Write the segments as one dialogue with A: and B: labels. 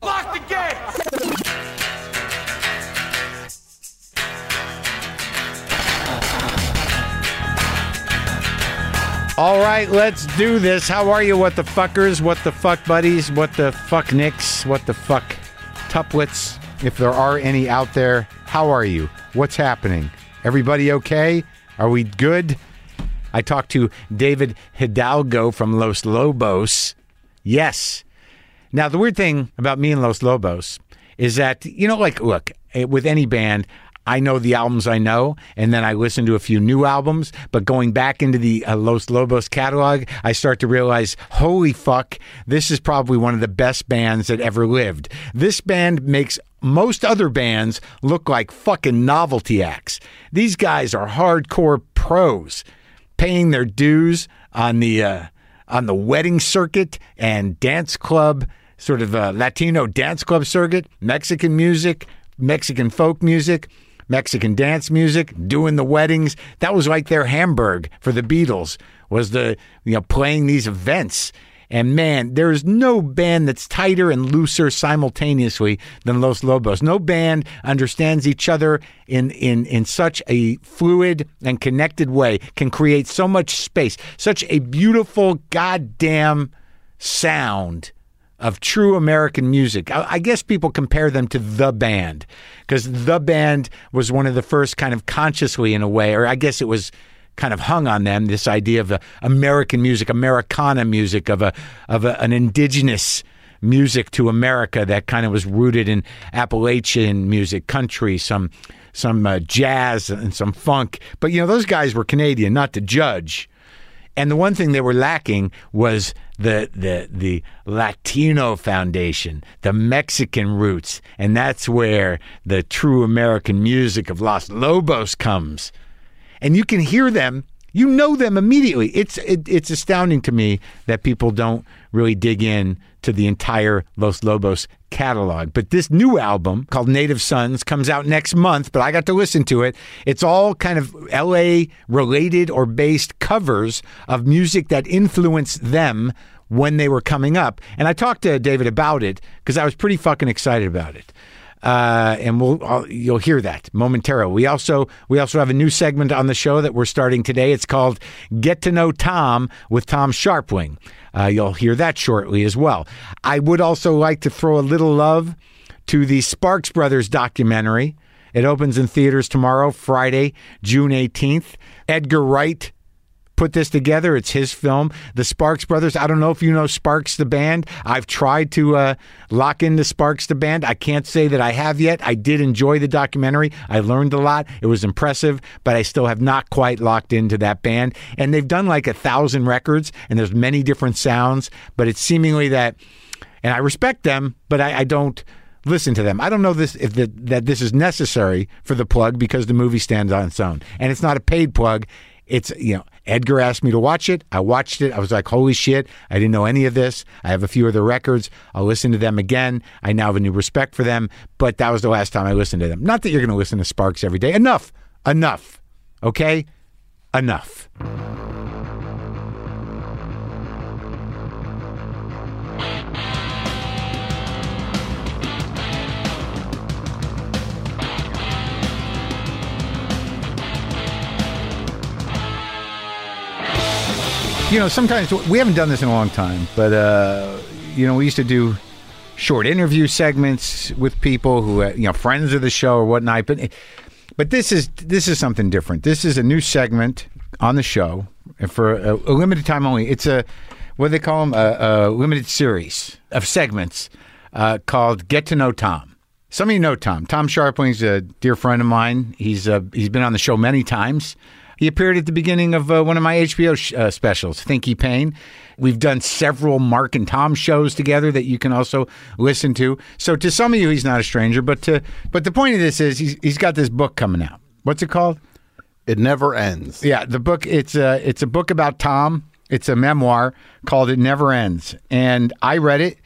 A: the gates!
B: All right, let's do this. How are you, what the fuckers? What the fuck buddies? What the fuck nicks? What the fuck tuplets? If there are any out there, how are you? What's happening? Everybody okay? Are we good? I talked to David Hidalgo from Los Lobos. Yes. Now, the weird thing about me and Los Lobos is that, you know, like, look, eh, with any band, I know the albums I know, and then I listen to a few new albums. But going back into the uh, Los Lobos catalog, I start to realize, holy fuck, this is probably one of the best bands that ever lived. This band makes most other bands look like fucking novelty acts. These guys are hardcore pros paying their dues on the uh, on the wedding circuit and dance club, sort of uh, Latino dance club circuit, Mexican music, Mexican folk music, Mexican dance music, doing the weddings. That was like their Hamburg for the Beatles was the you know playing these events. And man, there is no band that's tighter and looser simultaneously than Los Lobos. No band understands each other in, in, in such a fluid and connected way, can create so much space, such a beautiful goddamn sound of true American music. I, I guess people compare them to The Band because The Band was one of the first kind of consciously, in a way, or I guess it was kind of hung on them this idea of uh, American music, Americana music, of a of a, an indigenous music to America that kind of was rooted in Appalachian music, country, some some uh, jazz and some funk. But you know, those guys were Canadian, not to judge. And the one thing they were lacking was the the the Latino foundation, the Mexican roots, and that's where the true American music of Los Lobos comes. And you can hear them, you know them immediately. It's it, it's astounding to me that people don't really dig in to the entire Los Lobos catalog. But this new album called Native Sons comes out next month, but I got to listen to it. It's all kind of LA related or based covers of music that influenced them when they were coming up. And I talked to David about it because I was pretty fucking excited about it. Uh, and we'll I'll, you'll hear that momentarily. We also we also have a new segment on the show that we're starting today. It's called Get to Know Tom with Tom Sharpwing. Uh, you'll hear that shortly as well. I would also like to throw a little love to the Sparks Brothers documentary. It opens in theaters tomorrow, Friday, June 18th. Edgar Wright put this together. It's his film, The Sparks Brothers. I don't know if you know Sparks the band. I've tried to uh, lock into Sparks the band. I can't say that I have yet. I did enjoy the documentary. I learned a lot. It was impressive, but I still have not quite locked into that band. And they've done like a thousand records, and there's many different sounds. But it's seemingly that, and I respect them, but I, I don't listen to them. I don't know this if the, that this is necessary for the plug because the movie stands on its own, and it's not a paid plug. It's you know Edgar asked me to watch it. I watched it. I was like, holy shit! I didn't know any of this. I have a few of their records. I'll listen to them again. I now have a new respect for them. But that was the last time I listened to them. Not that you're going to listen to Sparks every day. Enough. Enough. Okay. Enough. you know, sometimes we haven't done this in a long time, but uh, you know, we used to do short interview segments with people who, uh, you know, friends of the show or whatnot. But but this is this is something different. This is a new segment on the show and for a, a limited time only. It's a what do they call them? A, a limited series of segments uh, called "Get to Know Tom." Some of you know Tom. Tom Sharpling's a dear friend of mine. He's uh, he's been on the show many times. He appeared at the beginning of uh, one of my HBO sh- uh, specials, Thinky Pain. We've done several Mark and Tom shows together that you can also listen to. So to some of you, he's not a stranger. But to but the point of this is he's he's got this book coming out. What's it called?
C: It never ends.
B: Yeah, the book. It's a it's a book about Tom. It's a memoir called "It Never Ends," and I read it,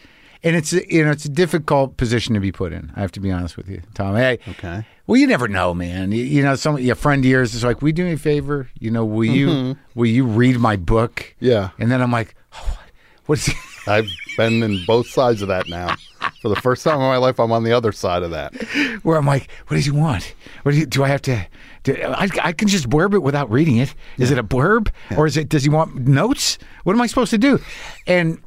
B: and it's a- you know it's a difficult position to be put in. I have to be honest with you, Tom. Hey,
C: Okay.
B: Well, you never know, man. You, you know, some your friend of yours is like, "We do me a favor, you know, will you will you read my book?"
C: Mm-hmm. Yeah.
B: and then I'm like, oh, "What is?"
C: I've been in both sides of that now. For the first time in my life, I'm on the other side of that.
B: where I'm like, what does he want? What do, you, do I have to? Do, I, I can just blurb it without reading it. Is it a blurb or is it? Does he want notes? What am I supposed to do? And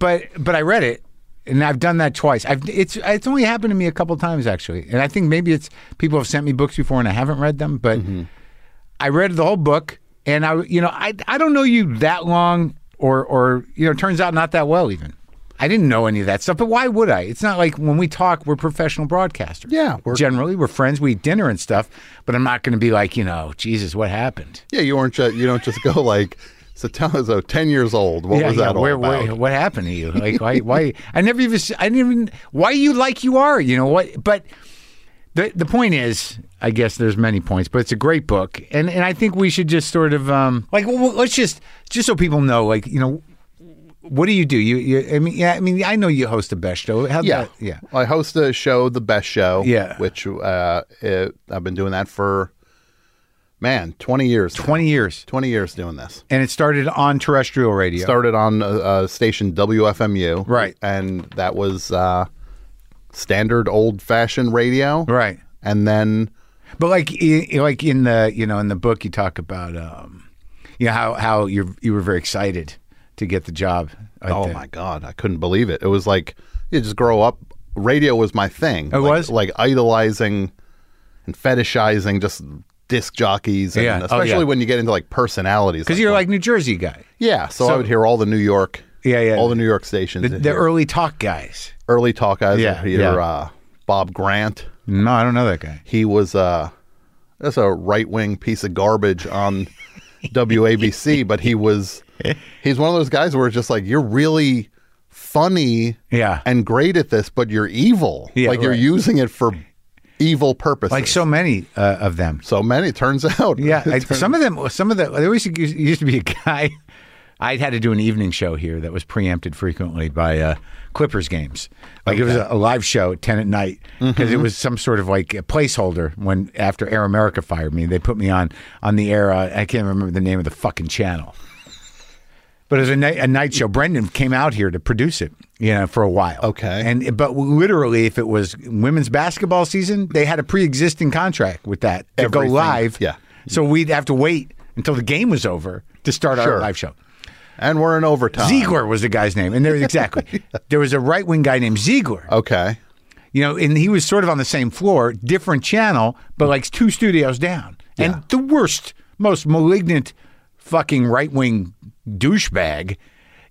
B: but but I read it, and I've done that twice. I've it's it's only happened to me a couple times actually, and I think maybe it's people have sent me books before and I haven't read them, but. I read the whole book, and I, you know, I, I don't know you that long, or, or you know, it turns out not that well even. I didn't know any of that stuff, but why would I? It's not like when we talk, we're professional broadcasters.
C: Yeah,
B: we're
C: we're-
B: generally we're friends, we eat dinner and stuff. But I'm not going to be like, you know, Jesus, what happened?
C: Yeah, you aren't. ju- You don't just go like, so tell us, oh, 10 years old. What was that all
B: where,
C: about?
B: where- what happened to you? Like, why, why? I never even, s- I didn't even, why you like you are? You know what? But the the point is, I guess there's many points, but it's a great book, and and I think we should just sort of um like well, let's just just so people know, like you know, what do you do? You, you I mean, yeah, I mean, I know you host the best show. How
C: yeah,
B: yeah.
C: I host a show, The Best Show.
B: Yeah.
C: which uh, it, I've been doing that for man, 20 years. now.
B: Twenty years,
C: 20 years doing this.
B: and it started on terrestrial radio.
C: Started on uh, uh, station WFMU.
B: Right.
C: and that was uh, standard old fashioned radio.
B: right.
C: and then
B: But like, i- like in the you know in the book, you talk about um, you know how how you you were very excited to get the job. at
C: oh
B: the-
C: my god, I couldn't believe it. It was like you just grow up. Radio was my thing. It like,
B: was?
C: like idolizing and fetishizing just disc jockeys, and
B: Yeah. Oh,
C: especially
B: yeah.
C: when you get into like personalities.
B: Because you're like New Jersey guy,
C: yeah. So,
B: so-
C: I would hear all the New York,
B: Yeah, yeah.
C: all the New York stations,
B: the,
C: I'd
B: the
C: hear
B: early talk guys.
C: early talk guys.
B: Yeah,
C: I'd hear,
B: yeah.
C: Uh, Bob Grant.
B: No, I don't know that guy.
C: He was uh, that's a right wing piece of garbage on WABC, but he was he's one of those guys where it's just like you're really funny
B: Yeah.
C: and great at this, but you're evil.
B: Yeah,
C: like you're
B: right.
C: using it for evil purposes.
B: like so many uh, of them.
C: so many, it turns out.
B: Yeah, I, some of them. Some of the there always used used to be a guy. I had to do an evening show here that was preempted frequently by uh, Clippers games. Like it was a, a live show at ten at night because it
C: Mm-hmm.
B: was some sort of like a placeholder. When after Air America fired me, they put me on on the air. Uh, I can't remember the name of the fucking channel. But it was a night, a night show. Brendan came out here to produce it, you know, for a while.
C: Okay.
B: And but literally, if it was women's basketball season, they had a pre-existing contract with that to
C: Everything.
B: go live.
C: Yeah.
B: So we'd have to wait until the game was over to start our
C: Sure.
B: live show.
C: and we're in overtime.
B: Ziegler was the guy's name, and there exactly there was a right wing guy named Ziegler.
C: Okay.
B: You know, and he was sort of on the same floor, different channel, but like two studios down.
C: Yeah.
B: And the worst, most malignant fucking right wing douchebag.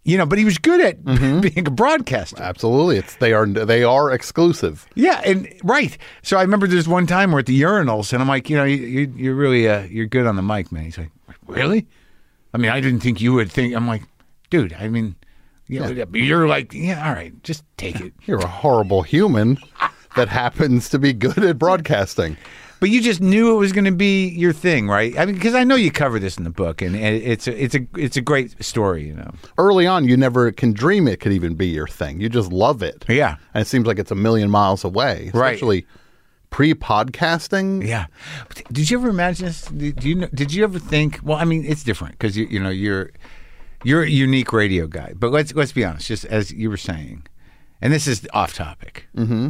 B: You know, but he was good at
C: Mm-hmm.
B: being a broadcaster.
C: Absolutely. It's they are they are exclusive.
B: Yeah, and right. So I remember there's one time we're at the urinals, and I'm like, you know, you, you, you're really uh, you're good on the mic, man. He's like, really? I mean, I didn't think you would think. I'm like, dude, I mean, you know, you're like, yeah, all right, just take it.
C: You're a horrible human that happens to be good at broadcasting.
B: But you just knew it was going to be your thing, right? I mean, because I know you cover this in the book, and, and it's a, it's a it's a great story, you know.
C: early on you never can dream it could even be your thing. You just love it.
B: Yeah.
C: And it seems like it's a million miles away.
B: Right.
C: Especially pre-podcasting.
B: Yeah. Did you ever imagine this? Did you know, did you ever think? Well, I mean, it's different because you you know you're you're a unique radio guy. But let's let's be honest, just as you were saying, and this is off topic. Mm-hmm.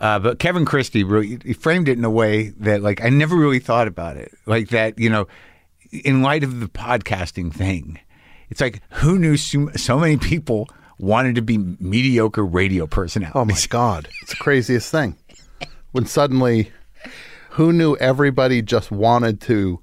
B: Uh, but Kevin Christie really he framed it in a way that like I never really thought about it. Like that, you know, in light of the podcasting thing, it's like who knew so, so many people wanted to be mediocre radio personalities.
C: Oh my god. It's the craziest thing. When suddenly who knew everybody just wanted to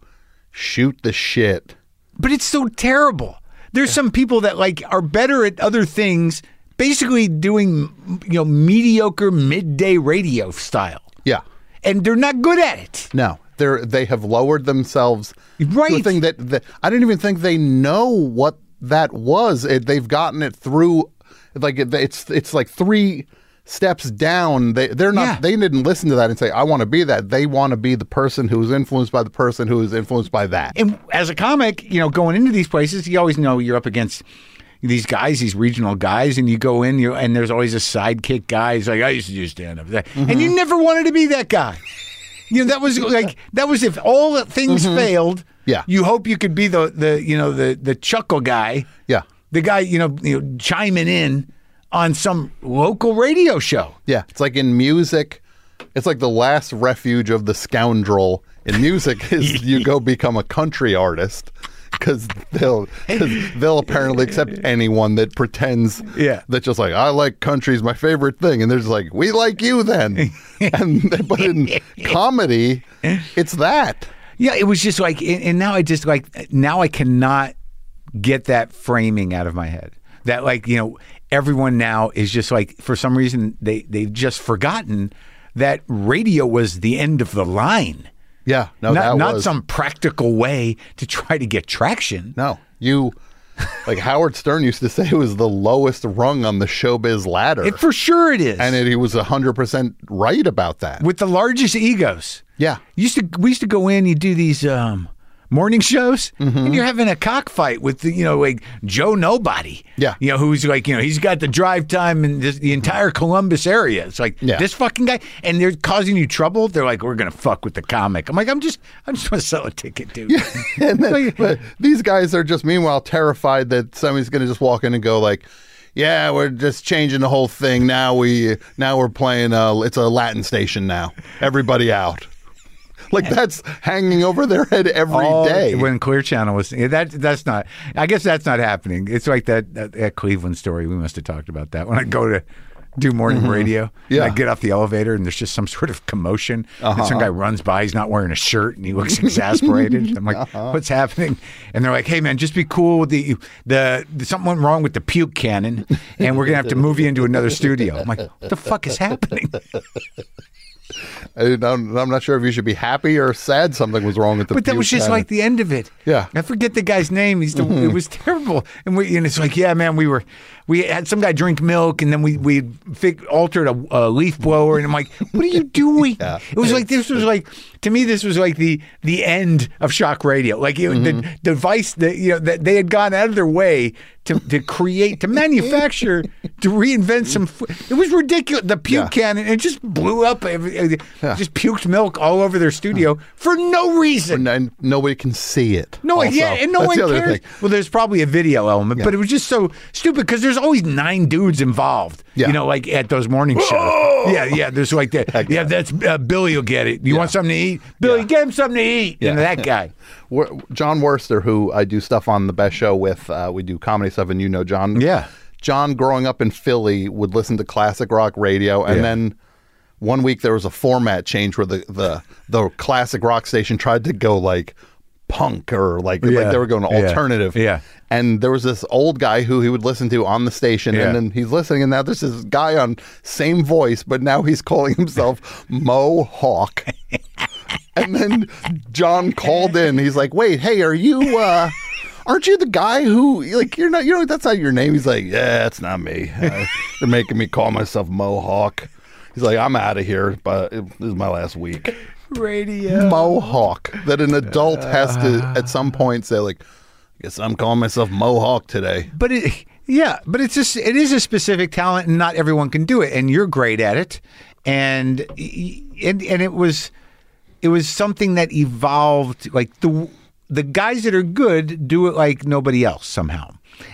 C: shoot the shit.
B: but it's so terrible. There's some people that like are better at other things, basically doing you know mediocre midday radio style,
C: Yeah.
B: and they're not good at it.
C: No. They're they have lowered themselves to a
B: Right.
C: thing that, that I don't even think they know what that was. It, they've gotten it through like it- it's it's like three steps down. They they're not
B: Yeah.
C: they didn't listen to that and say I want to be that. They want to be the person who was influenced by the person who was influenced by that.
B: And as a comic, you know, going into these places, you always know you're up against these guys, these regional guys, and you go in, you and there's always a sidekick guy. He's like, I used to do stand up, and you never wanted to be that guy. You know, that was like that was if all the things failed.
C: Yeah.
B: you hope you could be the the you know the the chuckle guy.
C: Yeah.
B: the guy you know, you know chiming in on some local radio show.
C: Yeah, it's like in music, it's like the last refuge of the scoundrel in music is you go become a country artist because they'll cause they'll apparently accept anyone that pretends
B: Yeah.
C: that's just like I like country's my favorite thing, and they're just like we like you then, and but in comedy, it's that.
B: Yeah, it was just like, and and now I just like, now I cannot get that framing out of my head. That like, you know, everyone now is just like, for some reason, they they've just forgotten that radio was the end of the line.
C: Yeah, no,
B: not
C: Oh, that
B: not
C: was,
B: some practical way to try to get traction.
C: No, you like Howard Stern used to say it was the lowest rung on the showbiz ladder,
B: It, for sure it is.
C: and it, he was hundred percent right about that.
B: with the largest egos.
C: Yeah.
B: Used to we used to go in, you do these um, morning shows,
C: Mm-hmm.
B: and you're having a cockfight with the, you know like Joe Nobody.
C: Yeah.
B: you know who's like you know he's got the drive time in this, the entire Columbus area. It's like
C: Yeah.
B: this fucking guy, and they're causing you trouble. They're like, we're gonna fuck with the comic. I'm like, I'm just I'm just gonna sell a ticket, dude.
C: and then, but these guys are just meanwhile terrified that somebody's going to just walk in and go like, "Yeah, we're just changing the whole thing now. We now we're playing. uh it's a Latin station now. Everybody out." Like that's hanging over their head every day.
B: All- when Clear Channel was yeah, that that's not I guess that's not happening. It's like that, that that Cleveland story we must have talked about that when I go to do morning radio. and
C: Mm-hmm. Yeah. Uh-huh.
B: I get off the elevator and there's just some sort of commotion. And some guy runs by, he's not wearing a shirt and he looks exasperated. I'm like,
C: Uh-huh.
B: what's happening? And they're like, hey man, just be cool. The the something went wrong with the puke cannon and we're gonna have to move you into another studio. I'm like, what the fuck is happening?
C: I don't- I'm, not sure if you should be happy or sad something was wrong with the.
B: But that was
C: puke
B: just
C: cannon.
B: like the end of it.
C: Yeah.
B: I forget the guy's name. He's the, it was terrible. And we and it's like, yeah, man, we were we had some guy drink milk and then we we fig- altered a, a leaf blower and I'm like, what are you doing? It was like this was like to me this was like the the end of shock radio. Like it,
C: Mm-hmm.
B: the device that you know that they had gone out of their way to to create to manufacture to reinvent some fu- it was ridiculous the puke
C: Yeah.
B: cannon it just blew up every, every- just puked milk all over their studio for no reason
C: and, and nobody can see it.
B: no,
C: also.
B: yeah, and no
C: That's
B: one
C: the other
B: cares.
C: thing.
B: Well, there's probably a video element, but it was just so stupid because there's always nine dudes involved.
C: Yeah.
B: You know, like at those morning shows. Yeah, yeah. There's like Oh! that. Yeah, that's uh, Billy. Will get it. You want something to eat? Billy, get him something to eat. You know that guy.
C: Wor- John Worster, who I do stuff on the best show with, uh, we do comedy stuff, and you know John.
B: Yeah.
C: John, growing up in Philly, would listen to classic rock radio, and
B: Yeah.
C: then one week there was a format change where the the the classic rock station tried to go like punk or like
B: Yeah.
C: like they were going
B: Yeah.
C: alternative.
B: Yeah.
C: And there was this old guy who he would listen to on the station,
B: Yeah.
C: and then he's listening, and now there's this guy on same voice, but now he's calling himself Mo Hawk. And then John called in. He's like, "Wait, hey, are you? uh Aren't you the guy who like you're not? You know that's not your name." He's like, "Yeah, that's not me. Uh, they're making me call myself Mohawk." He's like, "I'm out of here, but it, this is my last week."
B: Radio.
C: Mohawk that an adult has to at some point say like, "I guess I'm calling myself Mohawk today."
B: But it, yeah, but it's just it is a specific talent, and not everyone can do it. And you're great at it, and y- and and it was it was something that evolved. Like the the guys that are good do it like nobody else somehow,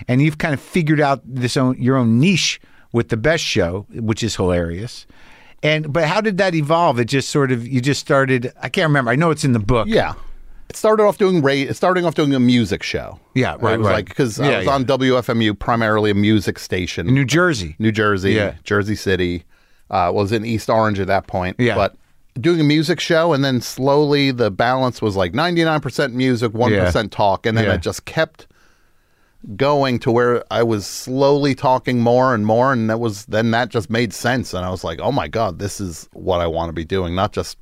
B: and you've kind of figured out this own your own niche with the best show, which is hilarious. And but how did that evolve? It just sort of you just started. I can't remember. I know it's in the book.
C: Yeah. It started off doing ra- starting off doing a music show.
B: Yeah, right,
C: It was
B: right.
C: like because
B: Yeah,
C: I was
B: yeah.
C: on WFMU, primarily a music station.
B: New Jersey.
C: New Jersey,
B: Yeah.
C: Jersey City. Uh, was in East Orange at that point.
B: Yeah.
C: But doing a music show, and then slowly the balance was like 99% music, 1% talk. And then
B: Yeah.
C: it just kept going to where I was slowly talking more and more. And that was then that just made sense. And I was like, oh my God, this is what I want to be doing, not just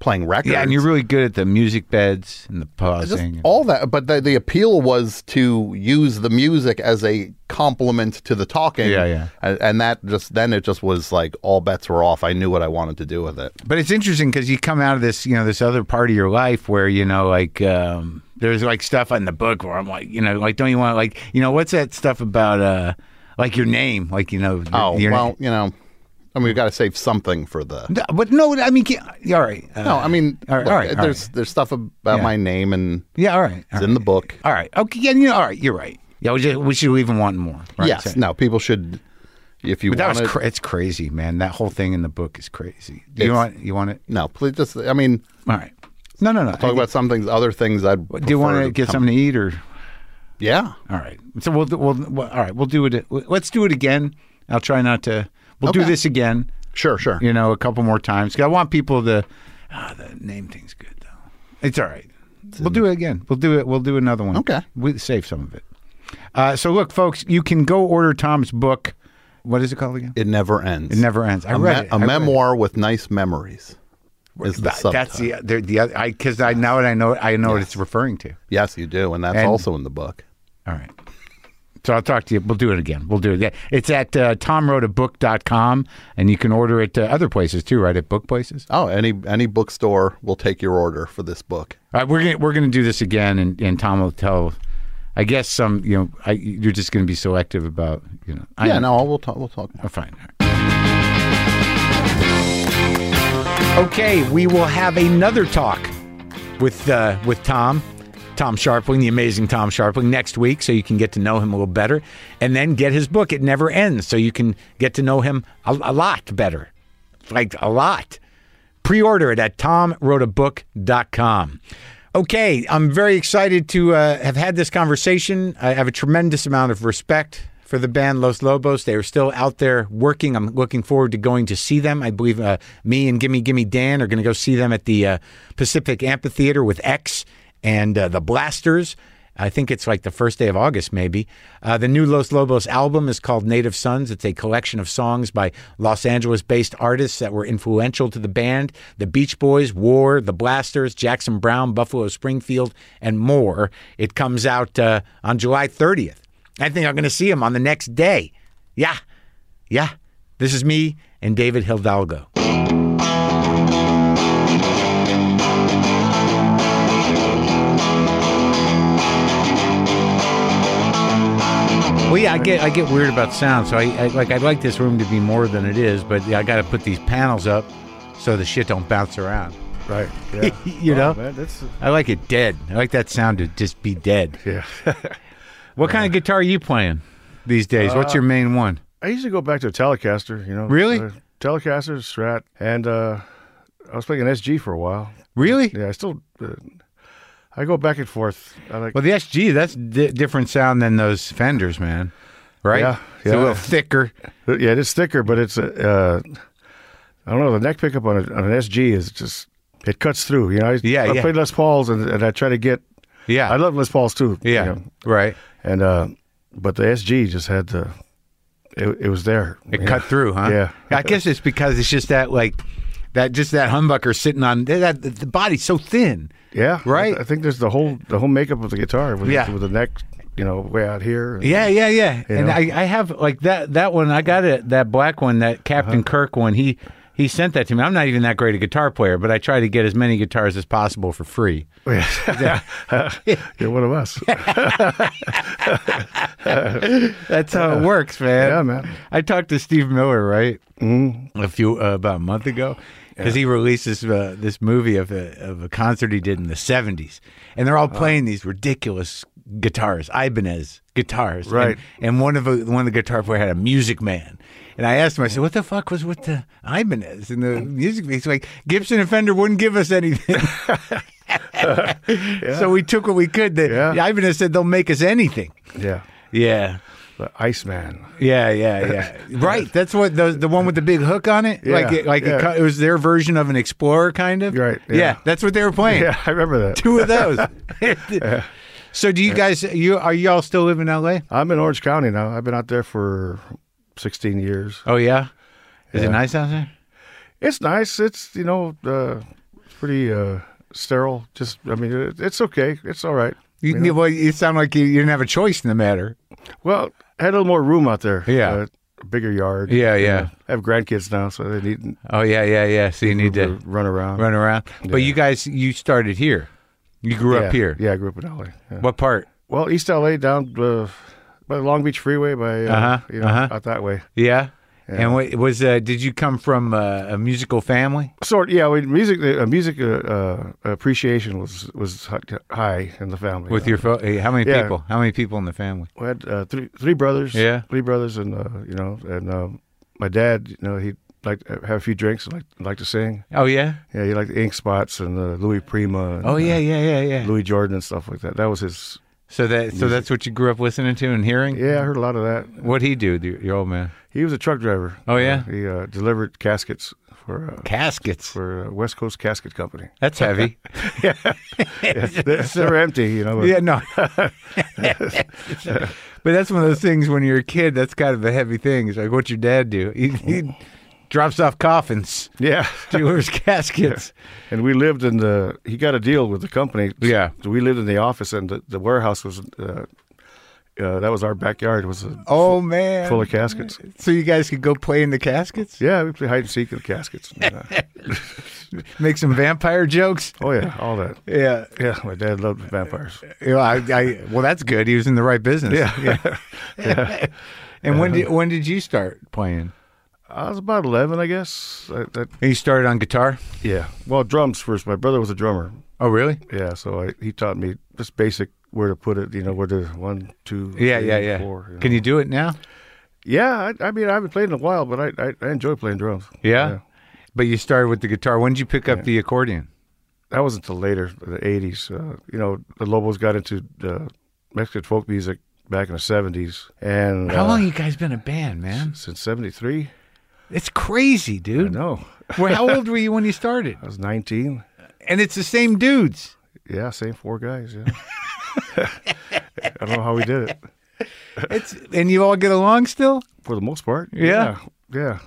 C: playing records.
B: Yeah, and you're really good at the music beds and the
C: just
B: pausing.
C: all that but the, the appeal was to use the music as a complement to the talking
B: Yeah, yeah.
C: and, and that just then it just was like all bets were off i knew what i wanted to do with it
B: But it's interesting because you come out of this, you know, this other part of your life where you know, like, um, there's like stuff in the book where I'm like, you know, like, don't you want like, you know, what's that stuff about, uh, like your name, like you know,
C: oh
B: your,
C: well you know i mean we've got to save something for the
B: No, but no, I mean, can, all right, uh,
C: no i mean
B: all right,
C: look,
B: all right, all
C: there's
B: right.
C: there's stuff about
B: Yeah.
C: my name and
B: yeah, all right, all
C: it's
B: right,
C: in the book
B: all right, okay, yeah, you know, all right, you're right. Yeah, we just we should even want more. Right?
C: yes
B: So-
C: no people should If you
B: But that
C: want
B: was
C: it,
B: cra- it's crazy, man. That whole thing in the book is crazy. Do
C: It's-
B: you want you want it?
C: no, please just. I mean,
B: All right. No, no, no.
C: talk about some things, other things. I'd.
B: do you want
C: prefer
B: to get
C: come-
B: something to eat or?
C: Yeah.
B: All right. So we'll, we'll, we'll all right. We'll do it. Let's do it again. I'll try not to. We'll do
C: Okay.
B: this again.
C: Sure. Sure.
B: You know, a couple more times. 'Cause I want people to. Ah, the name thing's good though. It's all right. We'll do it again. We'll do it. We'll do another one.
C: Okay.
B: We save some of it. Uh, so look, folks, you can go order Tom's book. What is it called again?
C: It never ends.
B: It never ends. I
C: A,
B: read
C: me-
B: it.
C: a
B: I read it.
C: memoir with nice memories. Is the
B: That- that's the the, the other, I because I now that I know I know what it's referring to.
C: Yes, you do, and that's
B: And-
C: also in the book.
B: All right. So I'll talk to you. We'll do it again. We'll do it. again. It's at uh, tomwroteabook.com, and you can order it uh, other places too, right? At book places.
C: Oh, any any bookstore will take your order for this book.
B: All right, we're gonna we're gonna do this again, and, and Tom will tell. I guess some you know I, you're just gonna be selective about you know. I
C: yeah, no, we'll talk. We'll talk.
B: Oh, fine. Okay, we will have another talk with uh, with Tom, Tom Sharpling, the amazing Tom Sharpling, next week, so you can get to know him a little better, and then get his book. It never ends, so you can get to know him a, a lot better, like a lot. Pre-order it at tomwroteabook.com. Okay, I'm very excited to uh, have had this conversation. I have a tremendous amount of respect for the band Los Lobos. They are still out there working. I'm looking forward to going to see them. I believe uh, me and Gimme Gimme Dan are going to go see them at the uh, Pacific Amphitheater with X and uh, the Blasters. I think it's like the first day of August, maybe. Uh, the new Los Lobos album is called Native Sons. It's a collection of songs by Los Angeles based artists that were influential to the band the Beach Boys, War, the Blasters, Jackson Brown, Buffalo Springfield, and more. It comes out uh, on July 30th. I think I'm going to see him on the next day. Yeah. Yeah. This is me and David Hidalgo. Well, yeah, I get I get weird about sound, so I, I like I'd like this room to be more than it is, but I got to put these panels up so the shit don't bounce around.
A: Right. Yeah.
B: You know?
A: man, that's
B: I like it dead. I like that sound to just be dead.
A: yeah.
B: What kind of guitar are you playing these days? What's your main one?
A: I usually go back to a Telecaster. You know.
B: Really?
A: Uh, Telecaster, Strat, and uh, I was playing an SG for a while.
B: Really?
A: Yeah, I still. Uh, I go back and forth. I like.
B: Well, the SG that's di- different sound than those Fenders, man. Right?
A: Yeah,
B: It's a little
A: yeah.
B: thicker.
A: uh, yeah, it's thicker, but it's uh, uh, I don't know. The neck pickup on, a, on an SG is just it cuts through. You know. I,
B: Yeah,
A: I
B: yeah.
A: played Les Pauls, and, and I try to get.
B: Yeah.
A: I love Les Pauls too. you
B: yeah.
A: know.
B: Right.
A: And uh, but the SG just had the. It, it was there.
B: It
A: you
B: cut
A: know.
B: through, huh?
A: Yeah.
B: I guess it's because it's just that like that just that humbucker sitting on that the body's so thin.
A: Yeah,
B: Right?
A: I, th- I think there's the whole the whole makeup of the guitar with,
B: Yeah.
A: with the neck, you know, way out here. and-
B: Yeah, yeah, yeah.
A: You
B: and
A: know?
B: I, I have like that that one. I got it. That black one,
A: Uh-huh.
B: that Captain Kirk one. He he sent that to me. I'm not even that great a guitar player, but I try to get as many guitars as possible for free.
A: Yeah. you're one of us.
B: That's how it works, man.
A: Yeah, man. Mm-hmm.
B: I talked to Steve Miller right a few uh, about a month ago because he released this uh, this movie of a, of a concert he did in the '70s, and they're all
A: Uh-huh.
B: playing these ridiculous guitars, Ibanez guitars, and-
A: Right.
B: And, one of the, one of the guitar player had a Music Man, and I asked him, I said, "What the fuck was with the Ibanez and the Music Man?" He's like, "Gibson and Fender wouldn't give us anything." So we took what we could. The,
A: Yeah.
B: the Ibanez said they'll make us anything.
A: yeah,
B: Yeah.
A: the Iceman.
B: Yeah, yeah, yeah. right. That's what the the one with the big hook on it.
A: Yeah,
B: like it, like it,
A: yeah.
B: co- it was their version of an explorer, kind of.
A: Right,
B: Yeah.
A: yeah.
B: that's what they were playing.
A: Yeah, I remember that.
B: Two of those. so do you guys? You are y'all still live in L.A.?
A: I'm in Orange County now. I've been out there for 16 years.
B: Oh yeah. Is it nice out there?
A: It's nice. It's you know, uh, it's pretty uh, sterile. Just I mean, it, it's okay. It's all right.
B: You, you, well, you sound like you, you didn't have a choice in the matter.
A: Well, I had a little more room out there. Uh,
B: Yeah.
A: bigger yard.
B: Yeah,
A: you
B: yeah.
A: know. I have grandkids now, so they need
B: Oh yeah, yeah, yeah. So you need
A: to
B: to
A: run around.
B: run around. But you guys, you started here. You grew
A: yeah.
B: up here.
A: Yeah, I grew up in LA. Yeah.
B: What part?
A: Well, East LA down uh, by the Long Beach Freeway, by uh,
B: Uh-huh,
A: you know
B: uh-huh.
A: out that way.
B: Yeah. And what was uh, did you come from uh, a musical family?
A: Sort yeah, we, music uh, music uh, uh, appreciation was was hi- high in the family.
B: With your fo- eh, how many
A: Yeah.
B: people? How many people in the family?
A: we had uh, three three brothers.
B: Yeah.
A: three brothers, and uh, you know, and um, my dad, you know, he like have a few drinks, and like like to sing.
B: Oh yeah.
A: Yeah, he liked the Ink Spots and uh, Louis Prima. And,
B: Oh yeah,
A: uh,
B: yeah, yeah, yeah.
A: Louis Jordan and stuff like that. That was his.
B: So that so that's what you grew up listening to and hearing.
A: Yeah, I heard a lot of that.
B: What'd he do, the, your old man?
A: He was a truck driver.
B: Oh, yeah?
A: Uh, he uh, delivered caskets for uh,
B: Caskets.
A: for uh, West Coast Casket Company.
B: That's heavy.
A: They're, they're empty, you know. but-
B: yeah, no. but that's one of those things when you're a kid. That's kind of a heavy thing. It's like what your dad do. He, he drops off coffins,
A: yeah.
B: delivers caskets.
A: And we lived in the. He got a deal with the company.
B: Yeah.
A: So we lived in the office, and the, the warehouse was. Uh, uh, that was our backyard. Was uh,
B: Oh man.
A: full of caskets.
B: so you guys could go play in the caskets,
A: Yeah, we played hide and seek in caskets. Yeah.
B: make some vampire jokes.
A: oh yeah, all that.
B: Yeah.
A: Yeah, my dad loved vampires.
B: Yeah, I, I, well, that's good. He was in the right business.
A: Yeah.
B: And when did when did you start playing?
A: I was about eleven, I guess. I, that,
B: You started on guitar.
A: yeah. Well, drums first. My brother was a drummer.
B: Oh, really?
A: Yeah, so I, he taught me just basic where to put it. You know, where to one, two,
B: Yeah,
A: three,
B: yeah, yeah.
A: four, know.
B: Can you do it now?
A: Yeah, I, I mean, I haven't played in a while, but I I, I enjoy playing drums.
B: Yeah? But you started with the guitar. When did you pick up the accordion?
A: that was until later, the '80s. Uh, you know, the Lobos got into uh, Mexican folk music back in the '70s, and
B: How
A: uh,
B: long you guys been a band, man?
A: Since '73.
B: It's crazy,
A: I
B: dude.
A: know.
B: Well, how old were you when you started?
A: I was 19.
B: And it's the same dudes.
A: Yeah, same four guys. Yeah. I don't know how we did it.
B: It's and you all get along still.
A: For the most part.
B: Yeah.
A: Yeah. yeah.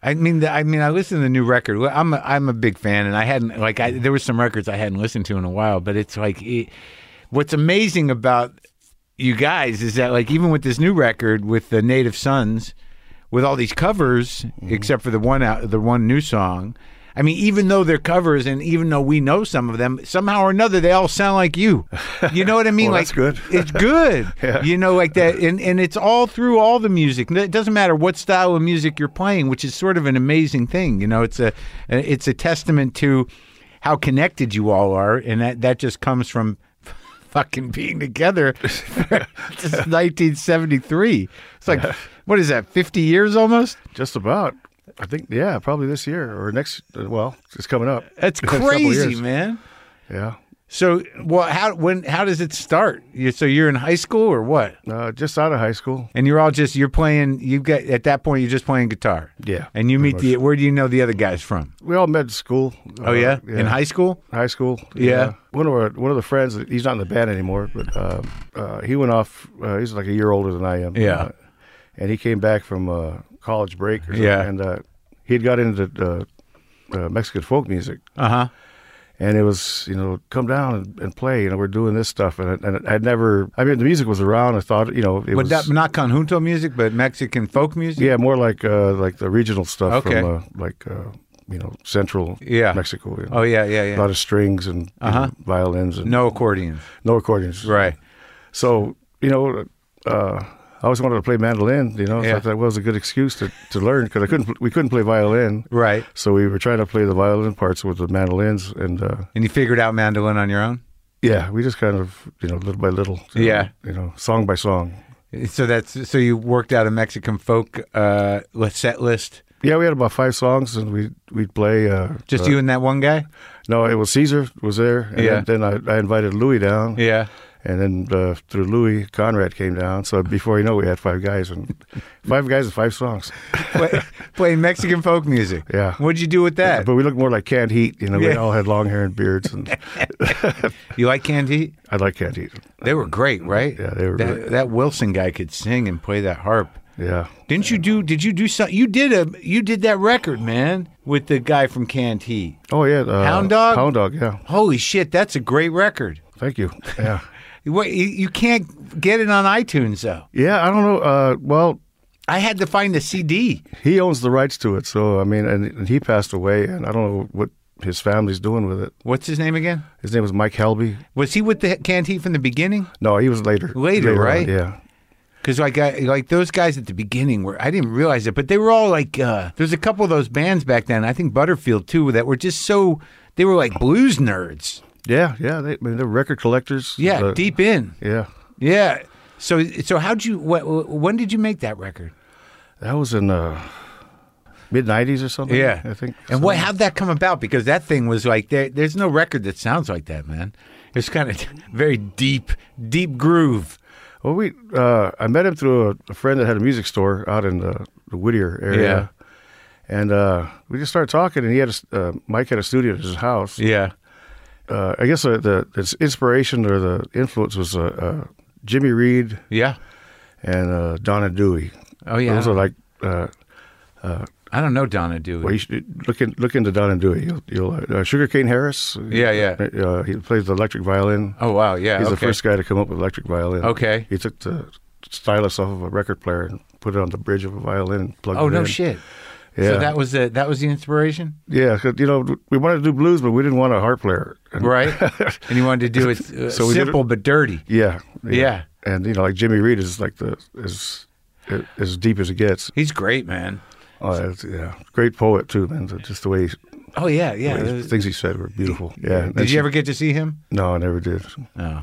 B: I mean, the, I mean, I listened to the new record. Well, I'm a, I'm a big fan, and I hadn't like I, there were some records I hadn't listened to in a while. But it's like, it, what's amazing about you guys is that like even with this new record with the Native Sons, with all these covers
A: Mm-hmm.
B: except for the one out the one new song. I mean, even though they're covers, and even though we know some of them, somehow or another, they all sound like you. You know what I mean?
A: Well,
B: like
A: that's good.
B: it's good. You know, like that, and and it's all through all the music. It doesn't matter what style of music you're playing, which is sort of an amazing thing. You know, it's a it's a testament to how connected you all are, and that that just comes from fucking being together since 1973. It's like what is that? 50 years almost.
A: Just about. I think. Yeah, probably this year or next. uh, Well, it's coming up.
B: That's
A: In a couple
B: crazy,
A: years.
B: man.
A: Yeah.
B: So, well, how when how does it start? You, so you're in high school or what?
A: Uh, just out of high school.
B: And you're all just you're playing. You got at that point you're just playing guitar.
A: Yeah,
B: And you
A: pretty
B: meet the where do you know the other guys from?
A: We all met in school. Uh,
B: Oh yeah, in high school.
A: high school.
B: Yeah.
A: One of our one of the friends. He's not in the band anymore, but uh, uh, he went off. Uh, he's like a year older than I am.
B: Yeah.
A: Uh, and he came back from uh, college break. Or something,
B: Yeah.
A: And uh, he'd got into uh, uh, Mexican folk music,
B: Uh huh.
A: and it was you know come down and, and play. You know we're doing this stuff, and, I- and I'd never. I mean the music was around. I thought you know it
B: But
A: was.
B: that, not conjunto music, but Mexican folk music.
A: yeah, more like uh, like the regional stuff
B: Okay.
A: from uh, like uh, you know central
B: Yeah.
A: Mexico. you know.
B: Oh yeah, yeah, yeah.
A: A lot of strings and you know, violins and
B: Uh-huh. no accordion.
A: no accordions.
B: Right.
A: So, you know, uh, I always wanted to play mandolin, you know, so I
B: Yeah.
A: thought that was a good excuse to, to learn because I couldn't, we couldn't play violin.
B: Right.
A: So we were trying to play the violin parts with the mandolins and, uh,
B: And you figured out mandolin on your own.
A: yeah, we just kind of, you know, little by little, you
B: Yeah.
A: know, you know, song by song.
B: So that's so you worked out a Mexican folk uh, li- set list.
A: Yeah, we had about five songs and we, we'd play, uh,
B: Just
A: uh,
B: you and that one guy.
A: no, it was Caesar was there. And
B: Yeah.
A: Then, then I, I invited Louis down.
B: Yeah.
A: And then uh, through Louis, Conrad came down. So before you know, it, we had five guys and five guys and five songs.
B: Play, playing Mexican folk music.
A: Yeah.
B: What'd you do with that?
A: But we looked more like canned heat. You know, we
B: Yeah.
A: all had long hair and beards, and
B: You like canned heat?
A: I like canned heat.
B: They were great, right?
A: Yeah, they were
B: That,
A: really-
B: that Wilson guy could sing and play that harp.
A: Yeah,
B: Didn't you do? Did you do something? You did a. You did that record, man, with the guy from Canned Heat.
A: Oh yeah, uh,
B: Hound Dog?
A: Hound dog. Yeah,
B: Holy shit, that's a great record.
A: thank you. Yeah,
B: What you, you can't get it on iTunes though.
A: yeah. I don't know. Uh, well,
B: I had to find the CD.
A: he owns the rights to it, so I mean, and, and he passed away, and I don't know what his family's doing with it.
B: What's his name again?
A: His name was Mike Helby.
B: Was he with the Canned Heat from the beginning?
A: No, he was later.
B: Later,
A: on,
B: right?
A: yeah.
B: Because like I, like those guys at the beginning were I didn't realize it, but they were all like uh, there's a couple of those bands back then. I think Butterfield too that were just so they were like blues nerds.
A: Yeah, yeah. They, I mean, they're record collectors.
B: Yeah,
A: Uh,
B: deep in.
A: Yeah,
B: Yeah. So so how'd you wh- wh- when did you make that record?
A: that was in uh, mid '90s or something. I think.
B: And what? How'd that come about? Because that thing was like there. There's no record that sounds like that, man. It's kind of very deep, deep groove.
A: Well, we uh, I met him through a, a friend that had a music store out in the, the Whittier area. And uh, we just started talking, and he had a, s- uh, Mike had a studio at his house.
B: Yeah.
A: Uh, I guess uh, the, the inspiration or the influence was uh, uh, Jimmy Reed
B: Yeah.
A: and uh, Donna Dewey.
B: Oh yeah.
A: Those are like uh,
B: I don't know Donna Dewey.
A: Well, you should look in, look into Don and Dewey. You'll, you'll uh, Sugarcane Harris.
B: Yeah, yeah.
A: Uh, he plays the electric violin.
B: oh wow. Yeah.
A: He's
B: okay.
A: the first guy to come up with electric violin.
B: Okay.
A: He took the stylus off of a record player and put it on the bridge of a violin and plugged
B: oh
A: it
B: no
A: in.
B: shit.
A: Yeah.
B: So that was the that was the inspiration,
A: Yeah, 'cause, you know, we wanted to do blues, but we didn't want a harp player. And-
B: right? and you wanted to do it uh,
A: So we did
B: simple but dirty.
A: Yeah,
B: Yeah.
A: And you know, like Jimmy Reed is like the is as deep as it gets.
B: He's great, man.
A: Oh, it's- yeah, great poet too, man. Just the way he,
B: Oh yeah, yeah.
A: the things he said were beautiful. Yeah. And
B: Did
A: she-
B: you ever get to see him?
A: No, I never did.
B: No.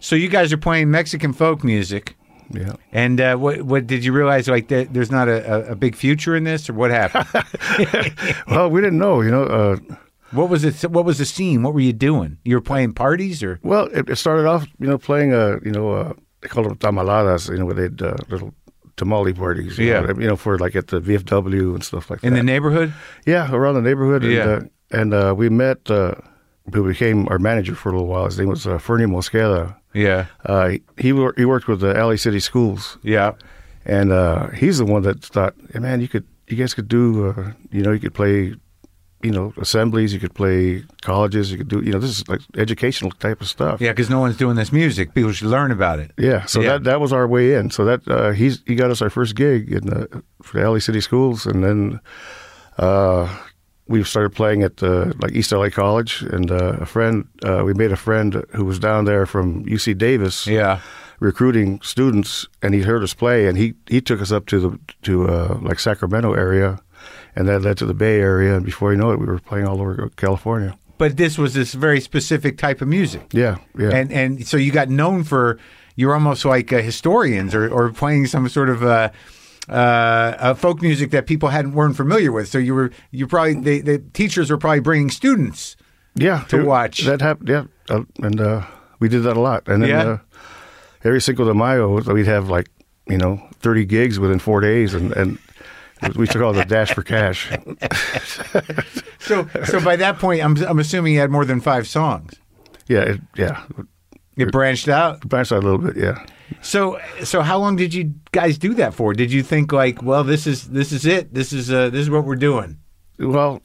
B: So you guys are playing Mexican folk music.
A: Yeah.
B: And uh, what what did you realize? Like that, there's not a, a, a big future in this, or what happened?
A: Well, we didn't know, you know. Uh,
B: what was it? What was the scene? What were you doing? You were playing parties, or
A: well, it, it started off, you know, playing, uh, you know, uh, they called them tamaladas, you know, where they'd uh, little tamale parties. you
B: Yeah.
A: know, you know, for like at the VFW and stuff like
B: in
A: that.
B: the neighborhood?
A: yeah, around the neighborhood. And,
B: Yeah.
A: uh, and uh, we met, uh, who became our manager for a little while. His name was uh, Fernie Mosqueda.
B: Yeah,
A: Uh, he- he wor- he worked with the LA City Schools,
B: yeah,
A: and uh, he's the one that thought, hey, man, you could, you guys could do, uh, you know, you could play. You know, assemblies. You could play colleges. You could do. You know, this is like educational type of stuff.
B: yeah. Because no one's doing this music. People should learn about it.
A: Yeah, so
B: Yeah.
A: that that was our way in. So that uh, he's he got us our first gig in the, for the LA City Schools, and then uh, we started playing at uh, like East LA College, and uh, a friend uh, we made a friend who was down there from UC Davis,
B: Yeah,
A: recruiting students, and he heard us play, and he he took us up to the to uh, like Sacramento area, and that led to the Bay Area, and before you know it, we were playing all over California.
B: but this was this very specific type of music,
A: Yeah, yeah.
B: and and so you got known for you're almost like uh, historians or or playing some sort of. Uh, uh, uh, folk music that people hadn't weren't familiar with, so you were you probably they, the teachers were probably bringing students
A: yeah
B: to watch.
A: that happened yeah uh, and uh, we did that a lot and then
B: Yeah.
A: uh, every Cinco de Mayo we'd have like you know 30 gigs within four days and, and we took all the dash for cash
B: So, so by that point, I'm I'm assuming you had more than five songs.
A: yeah it, yeah
B: It branched out.
A: bounced out a little bit yeah
B: So, so how long did you guys do that for? Did you think like, well, this is this is it. This is uh, this is what we're doing.
A: well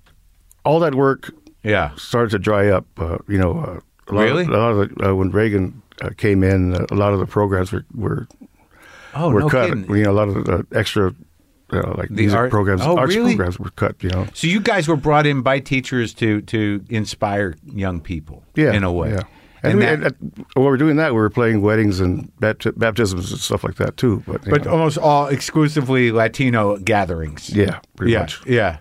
A: all that work
B: Yeah.
A: started to dry up uh, you know uh, a lot
B: Really?
A: of, a lot of the, uh, when Reagan uh, came in uh, a lot of the programs were were,
B: Oh
A: were
B: no
A: cut
B: kidding.
A: you know a lot of the extra uh, like music
B: art-
A: programs
B: Oh,
A: arts
B: really?
A: programs were cut you know
B: So you guys were brought in by teachers to to inspire young people.
A: yeah,
B: In a way.
A: Yeah. And,
B: And
A: we,
B: that-
A: and, uh, and while we were doing that, we were playing weddings and bapti- baptisms and stuff like that too. But, you
B: but oh,
A: know,
B: almost all exclusively Latino gatherings.
A: yeah, pretty
B: yeah.
A: much.
B: Yeah.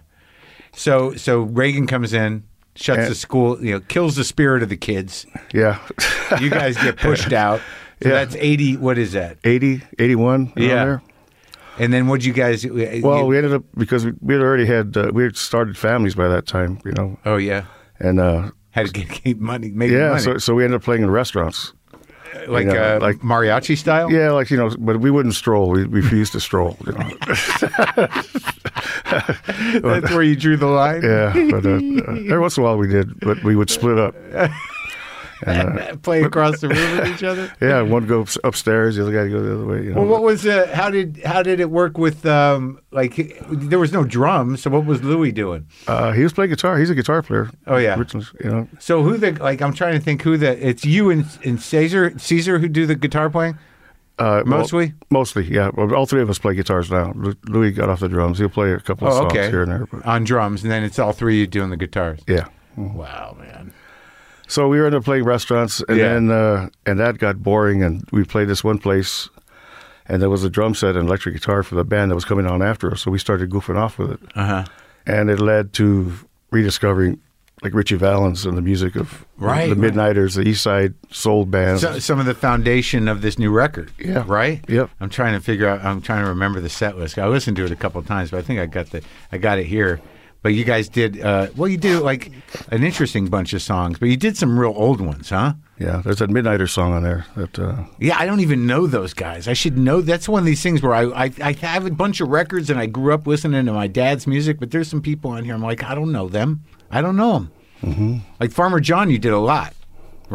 B: So so Reagan comes in, shuts
A: And-
B: the school, you know, kills the spirit of the kids.
A: Yeah,
B: you guys get pushed out. So
A: Yeah.
B: that's 80. What is that?
A: 80, 81 around
B: Yeah.
A: there.
B: And then what'd you guys? uh,
A: Well,
B: you-
A: we ended up because we, we had already had uh, we had started families by that time, you know,
B: oh, yeah.
A: and uh,
B: Had to get, keep money, make
A: yeah,
B: money.
A: so so we ended up playing in restaurants.
B: like,
A: you know,
B: uh, like
A: like-
B: mariachi style?
A: Yeah, like you know, but we wouldn't stroll. We we refused to stroll. You know?
B: That's where you drew the line?
A: yeah, but uh, uh, every once in a while we did, but we would split up.
B: Play across the room with each other?
A: Yeah, one go ups- upstairs, the other guy go the other way. You know,
B: Well, what was uh, how did how did it work with um like there was no drums so what was Louis doing
A: Uh, he was playing guitar. He's a guitar player.
B: Oh, yeah.
A: originally, you know.
B: so who the like I'm trying to think who the it's you and, and Caesar Caesar who do the guitar playing
A: Uh, well,
B: Mostly?
A: mostly, yeah. Well, all three of us play guitars now. Lu- Louis got off the drums. He'll play a couple of
B: oh
A: songs
B: okay
A: here and there. But
B: on drums and then it's all three of you doing the guitars
A: yeah.
B: wow man
A: So we were ended up playing restaurants, and
B: Yeah.
A: then uh, and that got boring. And we played this one place, and there was a drum set and electric guitar for the band that was coming on after us. So we started goofing off with it,
D: Uh-huh.
A: and it led to rediscovering like Richie Valens and the music of
D: Right,
A: the
D: right.
A: Midnighters, the East Side Soul Band.
B: So, some of the foundation of this new record.
A: Yeah.
B: Right.
A: Yep.
B: I'm trying to figure out. I'm trying to remember the set list. I listened to it a couple of times, but I think I got the I got it here. But you guys did uh, well. You did like an interesting bunch of songs, but you did some real old ones, huh?
A: yeah, there's that Midnighter song on there that. Uh,
B: Yeah, I don't even know those guys. I should know. That's one of these things where I, I I have a bunch of records and I grew up listening to my dad's music, but there's some people on here. I'm like, I don't know them. I don't know them. Mm-hmm. Like Farmer John, you did a lot,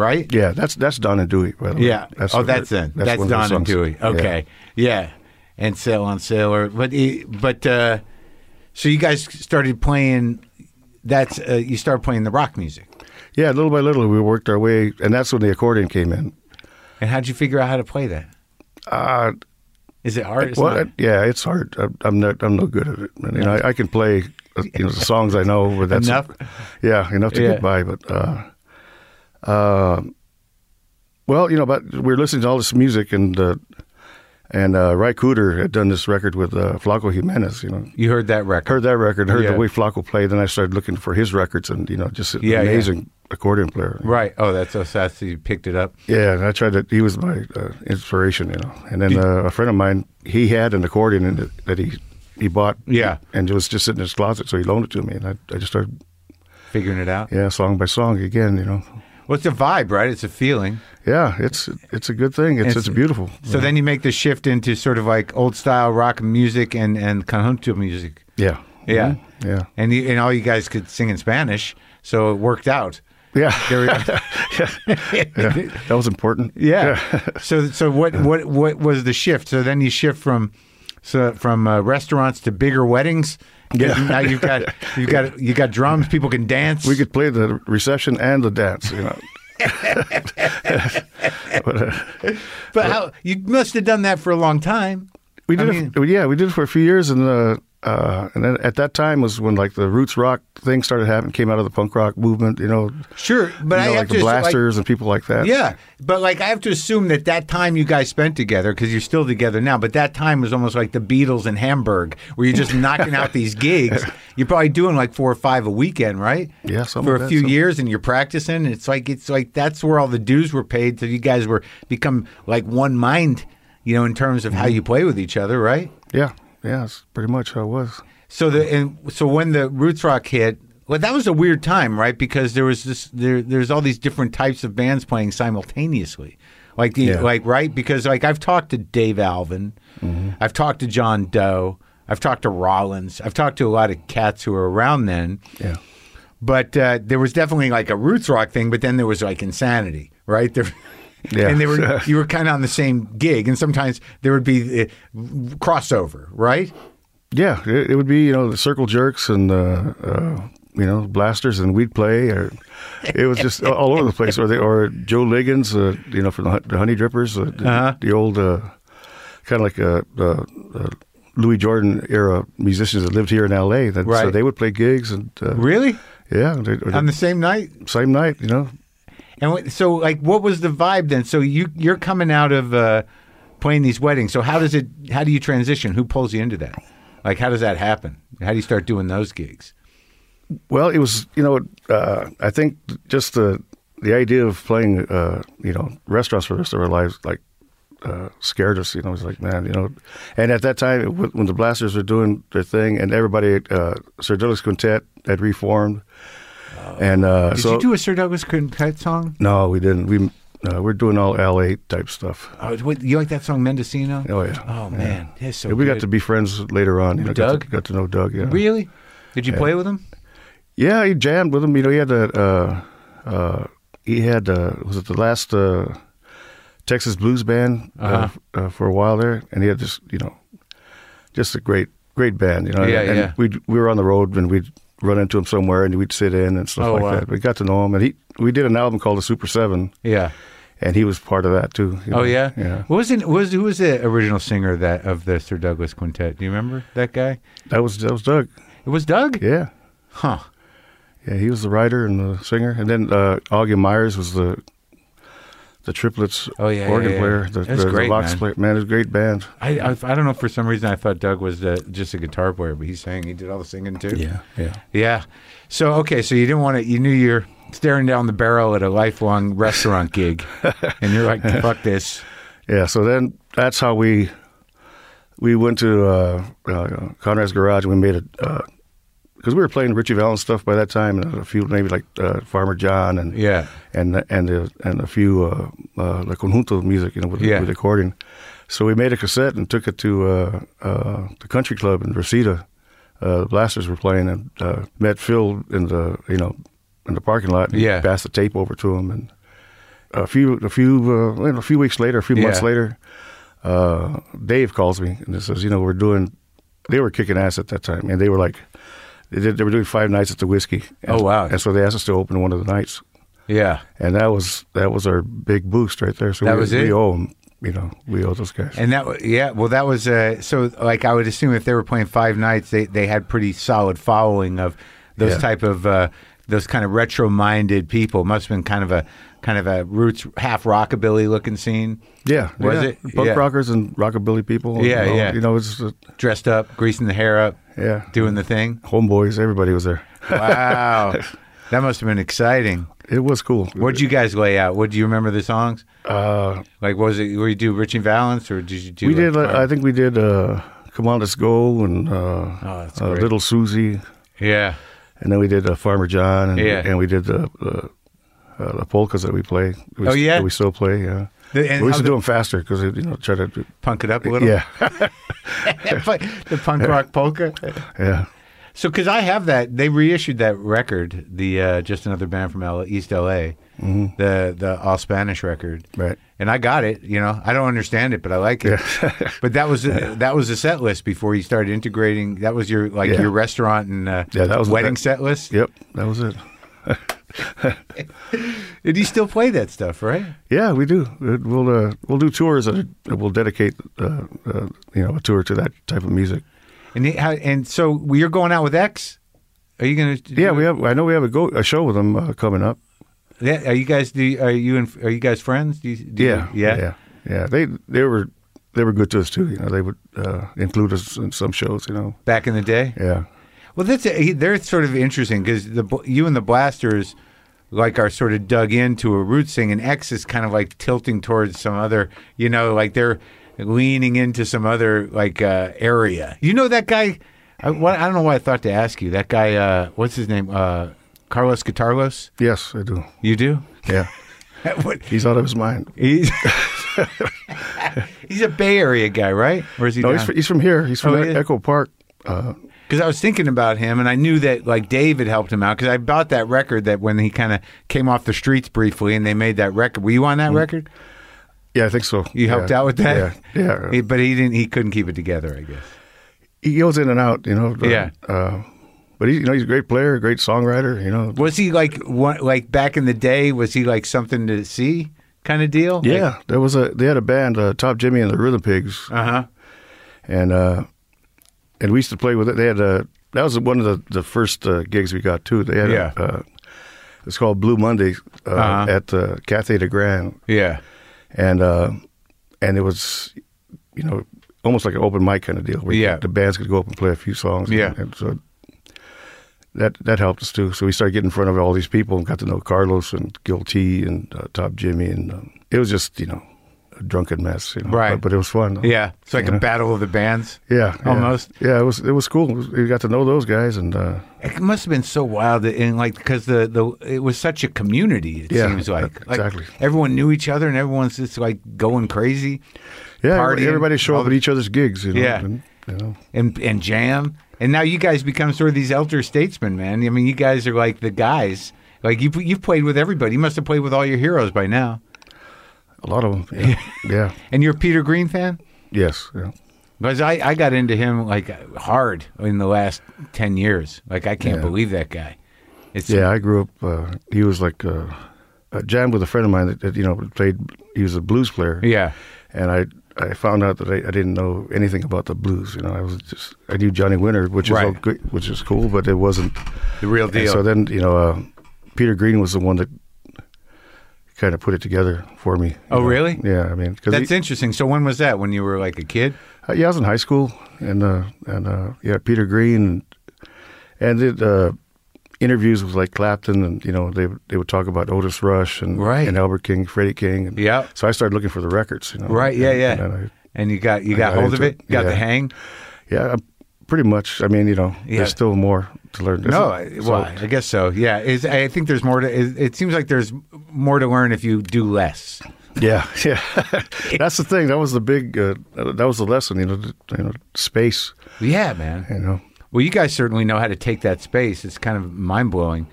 B: right?
A: yeah, that's that's Don and Dewey. By the way.
B: Yeah. oh,
A: one of their-
B: that's it. That's,
A: one of their
B: Don and
A: songs.
B: Dewey.
A: Yeah.
B: Okay. Yeah. And Sail on Sailor. But it- but uh, so you guys started playing. That's uh, you started playing the rock music.
A: Yeah, little by little, we worked our way, and that's when the accordion came in.
B: And how'd you figure out how to play that?
A: Uh,
B: Is it hard? It's
A: well,
B: not-
A: I- yeah, it's hard. I, I'm not. I'm no good at it. I mean, I, I can play, uh, you know, the songs I know, but that's
B: Enough?
A: Yeah, enough to
B: Yeah.
A: get by. But, uh, uh, um, well, you know, but we we're listening to all this music, and uh, and uh, Ry Cooter had done this record with uh, Flaco Jimenez. You know,
B: you heard that record.
A: heard that record, heard
B: Yeah.
A: the way Flaco played, then I started looking for his records, and you know, just an
B: Yeah, yeah.
A: amazing accordion player.
B: Right. Oh, that's so sad. So you picked it up.
A: Yeah, and I tried to. He was my uh, inspiration, you know. And then uh, a friend of mine, he had an accordion in it that he he bought.
B: Yeah.
A: and it was just sitting in his closet, so he loaned it to me, and I, I just started,
B: Figuring it out.
A: yeah, song by song again, you know.
B: Well, it's a vibe, right? It's a feeling.
A: Yeah, it's it's a good thing. It's
B: It's-
A: it's, beautiful.
B: So then you make the shift into sort of like old style rock music and and conjunto music.
A: yeah, Mm-hmm.
B: Yeah.
A: yeah,
B: And you, and all you guys could sing in Spanish, so it worked out.
A: yeah.
B: There we-
A: That was important.
B: yeah. so so what what what was the shift? So then you shift from so from uh, restaurants to bigger weddings.
A: Yeah.
B: Now you've got you've got you got drums. People can dance.
A: we could play the reception and the dance, you know.
B: But how you must have done that for a long time.
A: We did
B: I
A: it. yeah, we did it for a few years, and uh, uh, and then at that time was when like the roots rock thing started happening, came out of the punk rock movement, you know.
B: Sure, but
A: you
B: I
A: know,
B: have
A: like
B: to
A: the
B: assu- like-
A: blasters and people like that.
B: Yeah, but like I have to assume that that time you guys spent together because you're still together now, but that time was almost like the Beatles in Hamburg, where you're just knocking out these gigs. You're probably doing like four or five a weekend, right?
A: Yeah, something
B: for a
A: like that,
B: few
A: something.
B: years, and you're practicing. It's like it's like that's where all the dues were paid, so you guys were become like one mind, you know, in terms of how
A: Mm-hmm.
B: you play with each other, right?
A: yeah, yeah. That's pretty much how it was.
B: So the and so when the roots rock hit, well, that was a weird time, right? Because there was this there there's all these different types of bands playing simultaneously, like the
A: Yeah.
B: like right because like I've talked to Dave Alvin,
A: Mm-hmm.
B: I've talked to John Doe, I've talked to Rollins, I've talked to a lot of cats who were around then,
A: Yeah,
B: but uh, there was definitely like a roots rock thing, but then there was like insanity, right? There,
A: Yeah.
B: and they were you were kind of on the same gig, and sometimes there would be uh, crossover, right?
A: yeah. It, it would be you know the circle jerks and uh, uh, you know blasters and we'd play or. It was just all over the place, or they, or Joe Liggins, uh, you know, from the, Hun- the Honey Drippers, uh, the,
B: Uh-huh.
A: the old uh, kind of like uh, uh, uh, Louis Jordan era musicians that lived here in L.A. That, So
B: Right.
A: they would play gigs and uh,
B: Really,
A: yeah, they, or
B: on
A: the
B: the same night?
A: same night, you know,
B: And what, so, like, what was the vibe then? So you you're coming out of uh, playing these weddings. So how does it? How do you transition? Who pulls you into that? Like, how does that happen? How do you start doing those gigs?
A: Well, it was you know uh, I think just the the idea of playing uh, you know restaurants for the rest of our lives like uh, scared us. You know, it was like man, you know. And at that time, w- when the Blasters were doing their thing, and everybody, uh, Sir Douglas Quintet had reformed, and uh,
B: Did
A: so
B: you do a Sir Douglas Quintet song?
A: no, we didn't. We uh, we're doing all L.A. type stuff.
B: Oh, what, you like that song Mendocino?
A: Oh yeah.
B: Oh man, that's so.
A: Yeah, we got
B: good.
A: to be friends later on. You know, got to-
B: Doug?
A: got to, know Doug. Yeah.
B: really. Did you play with him?
A: Yeah, he jammed with him. You know, he had a uh, uh, he had uh, was it the last uh, Texas blues band uh
B: Uh-huh.
A: f- uh, for a while there, and he had this you know just a great great band. You know,
B: Yeah,
A: and
B: yeah.
A: we we were on the road and we'd run into him somewhere and we'd sit in and stuff
B: Oh,
A: like
B: wow.
A: that. We got to know him, and he we did an album called the Super Seven,
B: Yeah.
A: and he was part of that too. you
B: Oh
A: know.
B: yeah.
A: yeah.
B: What was it, was who was the original singer of that of the Sir Douglas Quintet? Do you remember that guy?
A: That was that was Doug.
B: It was Doug.
A: Yeah,
B: Huh.
A: yeah, he was the writer and the singer, and then uh, Augie Myers was the the triplets
B: Oh, yeah, yeah,
A: organ
B: yeah.
A: player, the,
B: That's
A: the,
B: great,
A: the box
B: man.
A: player. Man, it's a great band.
B: I, I I don't know for some reason I thought Doug was uh, just a guitar player, but he sang. He did all the singing too.
A: yeah.
B: Yeah. So okay, so you didn't want to. You knew you're staring down the barrel at a lifelong restaurant gig, and you're like, "Fuck this."
A: Yeah, so then that's how we we went to uh, uh, Conrad's garage. and We made it because we were playing Richie Valens stuff by that time, and a few maybe like uh, Farmer John and
B: Yeah.
A: and and the, and a few uh, uh, like conjunto music, you know, with,
B: Yeah.
A: with accordion. So we made a cassette and took it to uh, uh, the country club in Reseda. Uh, the Blasters were playing, and uh, met Phil in the you know in the parking lot. and
B: Yeah.
A: passed the tape over to him, and a few a few uh, you know, a few weeks later, a few months
B: Yeah.
A: later, uh, Dave calls me and he says, you know, we're doing. They were kicking ass at that time, and they were like, they, did, they were doing five nights at the whiskey.
B: Oh, wow.
A: And so they asked us to open one of the nights
B: Yeah.
A: and that was that was our big boost right there. So
B: That
A: we,
B: was it?
A: we owe 'em, you know, we owe those guys.
B: And that, wa- yeah, well, that was uh, so. Like, I would assume if they were playing five nights, they they had pretty solid following of those
A: Yeah.
B: type of uh, those kind of retro minded people. Must have been kind of a kind of a roots half rockabilly looking scene,
A: yeah,
B: Was
A: yeah.
B: it?
A: punk
B: Yeah.
A: rockers and rockabilly people? and
B: Yeah,
A: all-
B: yeah.
A: You know, it's uh,
B: dressed up, greasing the hair up,
A: yeah,
B: doing the thing.
A: homeboys. Everybody was there.
B: Wow, that must have been exciting.
A: It was cool.
B: What'd you guys lay out? What do you remember the songs?
A: Uh,
B: Like, what was it? Were you do Richie Valens or did you do?
A: we
B: like,
A: did. uh, I think we did. Uh, Come on, let's go, and uh,
B: Oh, that's
A: uh,
B: great.
A: Little Susie,
B: yeah,
A: and then we did uh, Farmer John, and,
B: Yeah.
A: and we did the the, uh, the polkas that we play. We
B: Oh,
A: s-
B: yeah?
A: that we still play. Yeah,
B: The- and
A: we
B: how
A: used to
B: the-
A: do them faster because you know try to.
B: punk it up a little.
A: Yeah,
B: the punk rock polka.
A: yeah.
B: So, because I have that, they reissued that record, the uh, just another band from L- East LA,
A: Mm-hmm.
B: the the all Spanish record,
A: Right.
B: And I got it. You know, I don't understand it, but I like it. but that was that was the set list before you started integrating. That was your like
A: Yeah.
B: your restaurant and uh,
A: Yeah, that was-
B: wedding
A: that-
B: set list.
A: Yep, that was it.
B: And you still play that stuff, right?
A: Yeah, we do. It- We'll uh, we'll do tours that are- we'll dedicate uh, uh, you know a tour to that type of music.
B: And it- how, and so we are going out with X. Are you gonna?
A: Yeah, we have. I know we have a go a show with them uh, coming up.
B: Yeah, Are you guys? Do you, are you and are you guys friends? Do you, do you-
A: yeah, yeah, yeah. They they were they were good to us too. You know, they would uh, include us in some shows. You know,
B: Back in the day.
A: yeah,
B: Well, that's he- they're sort of interesting because the Bl- you and the Blasters like are sort of dug into a roots thing, and X is kind of like tilting towards some other, you know, like they're leaning into some other like uh, area. You know that guy. I, what, I don't know why I thought to ask you. That guy, uh, what's his name? Uh, Carlos Guitarlos.
A: yes, I do.
B: You do?
A: Yeah,
B: what,
A: he's out of his mind.
B: he's he's a Bay Area guy, right? Or is he?
A: No, he's fr- he's from here. He's from E
B: Oh, he is?
A: Echo Park. Uh,
B: Because I was thinking about him, and I knew that like David helped him out. Because I bought that record that when he kind of came off the streets briefly, and they made that record. Were you on that record?
A: yeah, I think so.
B: You helped
A: Mm. Yeah,
B: out with that.
A: Yeah, yeah.
B: He- but he didn't. He couldn't keep it together. I guess.
A: He, goes in and out. You know. uh,
B: Yeah.
A: Uh, but he's you know he's a great player, a great songwriter. You know.
B: Was he like one, like back in the day? Was he like something to see kind of deal?
A: Yeah, there was a they had a band, uh, Top Jimmy and the Rhythm Pigs,
B: Uh huh.
A: and uh, and we used to play with it. They had a that was one of the the first uh, gigs we got too. They had
B: Yeah.
A: a, uh, it's called Blue Monday uh,
B: Uh-huh.
A: at uh, Cathay de Grand,
B: Yeah.
A: and uh, and it was you know almost like an open mic kind of deal where
B: Yeah.
A: the bands could go up and play a few songs.
B: Yeah.
A: and, so. That, that helped us too. So we started getting in front of all these people and got to know Carlos and Gil T and uh, Top Jimmy, and um, it was just you know a drunken mess, you know.
B: Right.
A: But, but it was fun. though.
B: Yeah. It's like
A: Yeah.
B: a battle of the bands.
A: Yeah, yeah.
B: Almost.
A: Yeah, it was it was cool. It was- You got to know those guys, and uh,
B: It must have been so wild, that- and like because the, the it was such a community. It
A: Yeah,
B: seems like. like
A: exactly.
B: Everyone knew each other, and everyone's just like going crazy.
A: yeah,
B: Partying,
A: everybody show
B: all
A: up at each other's gigs. You know,
B: Yeah.
A: and, you know.
B: and and jam. And now you guys become sort of these elder statesmen, man. I mean, you guys are like the guys. Like you, you've played with everybody. You must have played with all your heroes by now.
A: a lot of them. Yeah, yeah.
B: And you're a Peter Green fan
A: yes, yeah.
B: because I, I got into him like hard in the last ten years. Like I can't
A: Yeah.
B: believe that guy. It's
A: yeah. I grew up. Uh, he was like uh, I jammed with a friend of mine that, that you know played. He was a blues player.
B: yeah,
A: and I I found out that I, I didn't know anything about the blues. You know, I was just I knew Johnny Winter, which
B: Right.
A: is okay, which is cool, but it wasn't
B: the real
A: And
B: deal.
A: so then, you know, uh, Peter Green was the one that kind of put it together for me. you
B: Oh, really?
A: Yeah, I mean, because
B: That's interesting. So when was that? When you were like a kid?
A: Uh, yeah, I was in high school, and uh, and uh, yeah, Peter Green, and, and did uh, interviews with like Clapton, and you know they they would talk about Otis Rush and
B: Right.
A: and Albert King, Freddie King, and
B: Yeah.
A: So I started looking for the records, you know.
B: Right. Yeah.
A: and-
B: Yeah.
A: And, then
B: and you got you got,
A: got
B: hold of
A: into
B: it.
A: it,
B: Got the
A: yeah.
B: hang.
A: I, yeah, I- pretty much. I mean, you know,
B: Yeah.
A: there's still more to learn.
B: No, I,
A: It's-
B: well,
A: so-
B: I guess so. Yeah, is I think there's more to. It, it seems like there's more to learn if you do less.
A: Yeah, yeah. That's the thing. That was the big. Uh, that was the lesson. You know, th- you know, space.
B: Yeah, man.
A: You know,
B: Well, you guys certainly know how to take that space. It's kind of mind blowing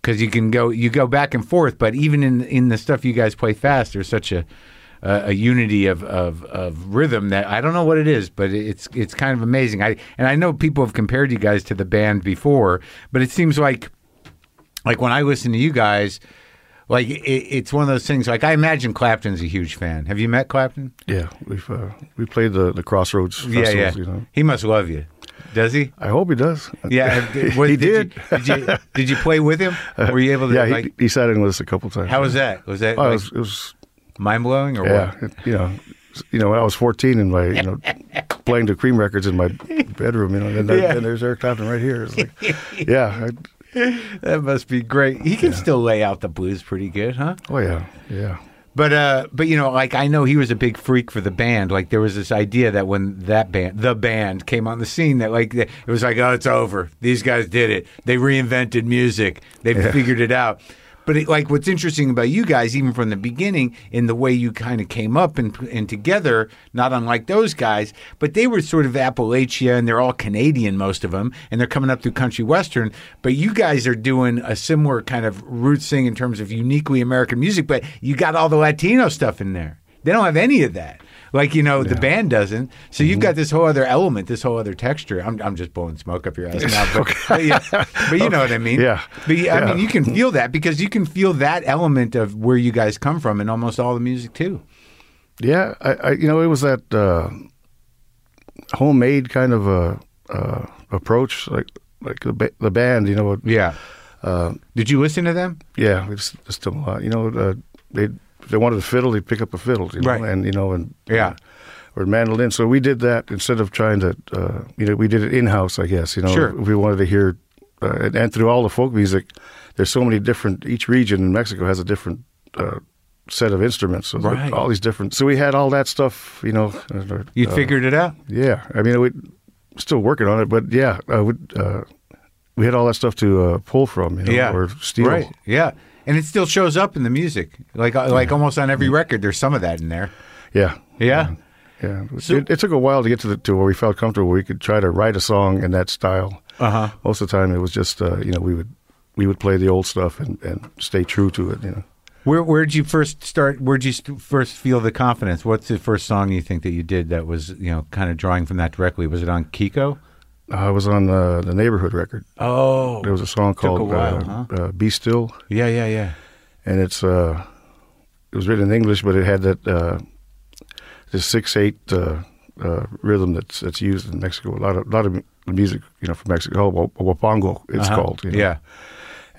B: because you can go you go back and forth, but even in in the stuff you guys play fast, there's such a a, a unity of, of of rhythm that I don't know what it is, but it's it's kind of amazing. I and I know people have compared you guys to the band before, but it seems like like when I listen to you guys. Like it, it's one of those things. Like I imagine Clapton's a huge fan. Have you met Clapton?
A: yeah. We've uh, we played the the Crossroads. Festivals, You know,
B: He must love you. Does he?
A: I hope he does.
B: Yeah, have- what-
A: he
B: did.
A: did.
B: You, did, you, did you play with him? Were you able to?
A: yeah, he,
B: like,
A: he sat in with us a couple times.
B: how was that? Was that
A: Oh, it
B: like,
A: was, it was
B: mind blowing or
A: yeah.
B: what?
A: It, you know, s- you know, when I was 14 and my, you know, playing the Cream records in my bedroom, you know, and then,
B: Yeah.
A: and there's Eric Clapton right here. It's like, yeah, I,
B: That must be great. He can still lay out the blues pretty good, huh?
A: oh yeah, yeah,
B: But uh, but you know, like I know he was a big freak for the band. Like there was this idea that when that band, the band, came on the scene, that like it was like, oh, it's over. These guys did it. They reinvented music. They have figured it out. But it, like, what's interesting about you guys, even from the beginning, in the way you kind of came up and and together, not unlike those guys, but they were sort of Appalachia, and they're all Canadian, most of them, and they're coming up through country western. But you guys are doing a similar kind of roots thing in terms of uniquely American music, but you got all the Latino stuff in there. They don't have any of that. Like you know, the band doesn't. So
A: Mm-hmm.
B: you've got this whole other element, this whole other texture. I'm, I'm just blowing smoke up your ass now, but, but, yeah, but you know what I mean.
A: Yeah.
B: But yeah, I
A: Yeah.
B: mean, you can feel that because you can feel that element of where you guys come from in almost all the music too.
A: yeah. I, I you know, it was that uh, homemade kind of uh, uh, approach, like like the ba- the band, you know,
B: Yeah. Did you listen to them?
A: yeah, we just, just did a lot. You know, uh, they if they wanted a fiddle, they would pick up a fiddle, you know,
B: Right.
A: and you know, and uh,
B: Yeah.
A: or mandolin. So we did that instead of trying to, uh, you know, we did it in house, I guess. You know,
B: Sure.
A: if we wanted to hear, uh, and, and through all the folk music, there's so many different. Each region in Mexico has a different. Uh, set of instruments so there's
B: Right.
A: all these different so we had all that stuff you know and, uh,
B: You
A: uh,
B: figured it out.
A: yeah, I mean, we still working on it, but yeah, I would. Uh, we had all that stuff to uh, pull from, you know,
B: yeah.
A: or steal.
B: Right. Yeah. And it still shows up in the music, like uh, like almost on every record. There's some of that in there.
A: Yeah,
B: Yeah.
A: yeah.
B: So-
A: it, it took a while to get to the to where we felt comfortable. Where we could try to write a song in that style.
B: Uh-huh.
A: Most of the time, it was just uh, you know we would we would play the old stuff and, and stay true to it. You know,
B: Where where'd you first start? Where'd you st- first feel the confidence? What's the first song you think that you did that was you know kind of drawing from that directly? Was it on Kiko?
A: I was on uh, the neighborhood record.
B: Oh,
A: There was a song
B: a
A: called
B: while,
A: uh, uh, "Be Still."
B: yeah, yeah, yeah.
A: and it's uh, it was written in English, but it had that uh, the six eight uh, uh, rhythm that's that's used in Mexico. A lot of lot of mu- music, you know, from Mexico, oh, wa- wapango, it's
B: Uh-huh.
A: called. you know.
B: Yeah,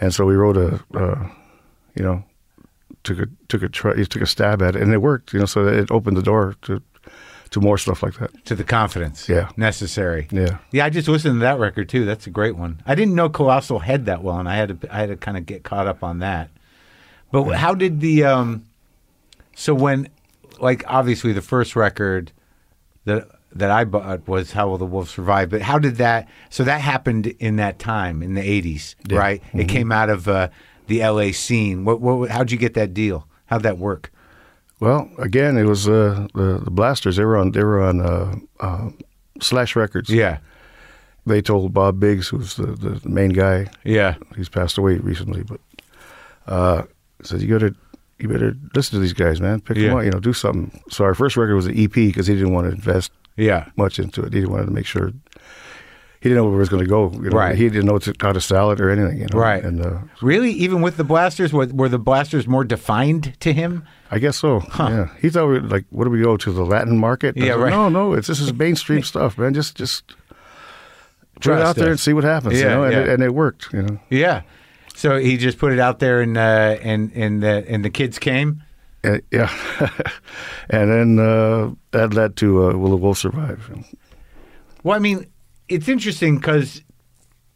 A: and so we wrote a, uh, you know, took a took a try, took a stab at it, and it worked. You know, so it opened the door to to more stuff like that.
B: to the confidence.
A: Yeah.
B: necessary.
A: Yeah.
B: Yeah, I just listened to that record too. That's a great one. I didn't know Colossal Head that well, and I had to I had to kind of get caught up on that. But how did the um, so when like obviously the first record that that I bought was How Will the Wolf Survive? But how did that? So that happened in that time in the eighties, right? It came out of uh, the L.A. scene. What, what? How'd you get that deal? How'd that work?
A: Well, again, it was uh, the the Blasters. They were on they were on uh, uh, Slash Records.
B: Yeah,
A: They told Bob Biggs, who's the, the main guy,
B: yeah,
A: he's passed away recently, but uh, said you gotta you better listen to these guys, man. Pick
B: Yeah.
A: them up, you know, do something. So our first record was an EP because he didn't want to invest
B: yeah.
A: much into it. He wanted to make sure he didn't know where it was going to go. you know.
B: Right.
A: He didn't know to, how to sell it or anything. You know?
B: Right.
A: And uh,
B: Really, even with the blasters, were, were the blasters more defined to him?
A: I guess so. Yeah. He thought we like, what do we go to the Latin market? I
B: Yeah,
A: said,
B: right.
A: No, no, it's this is mainstream stuff, man. Just just put it
B: Trust
A: out there
B: us.
A: and see what happens.
B: Yeah,
A: you know, and,
B: yeah.
A: it, and it worked. You know.
B: Yeah. So he just put it out there, and uh, and and the and the kids came.
A: And, yeah, and then uh, that led to uh, Will the Wolf Survive?
B: Well, I mean, it's interesting because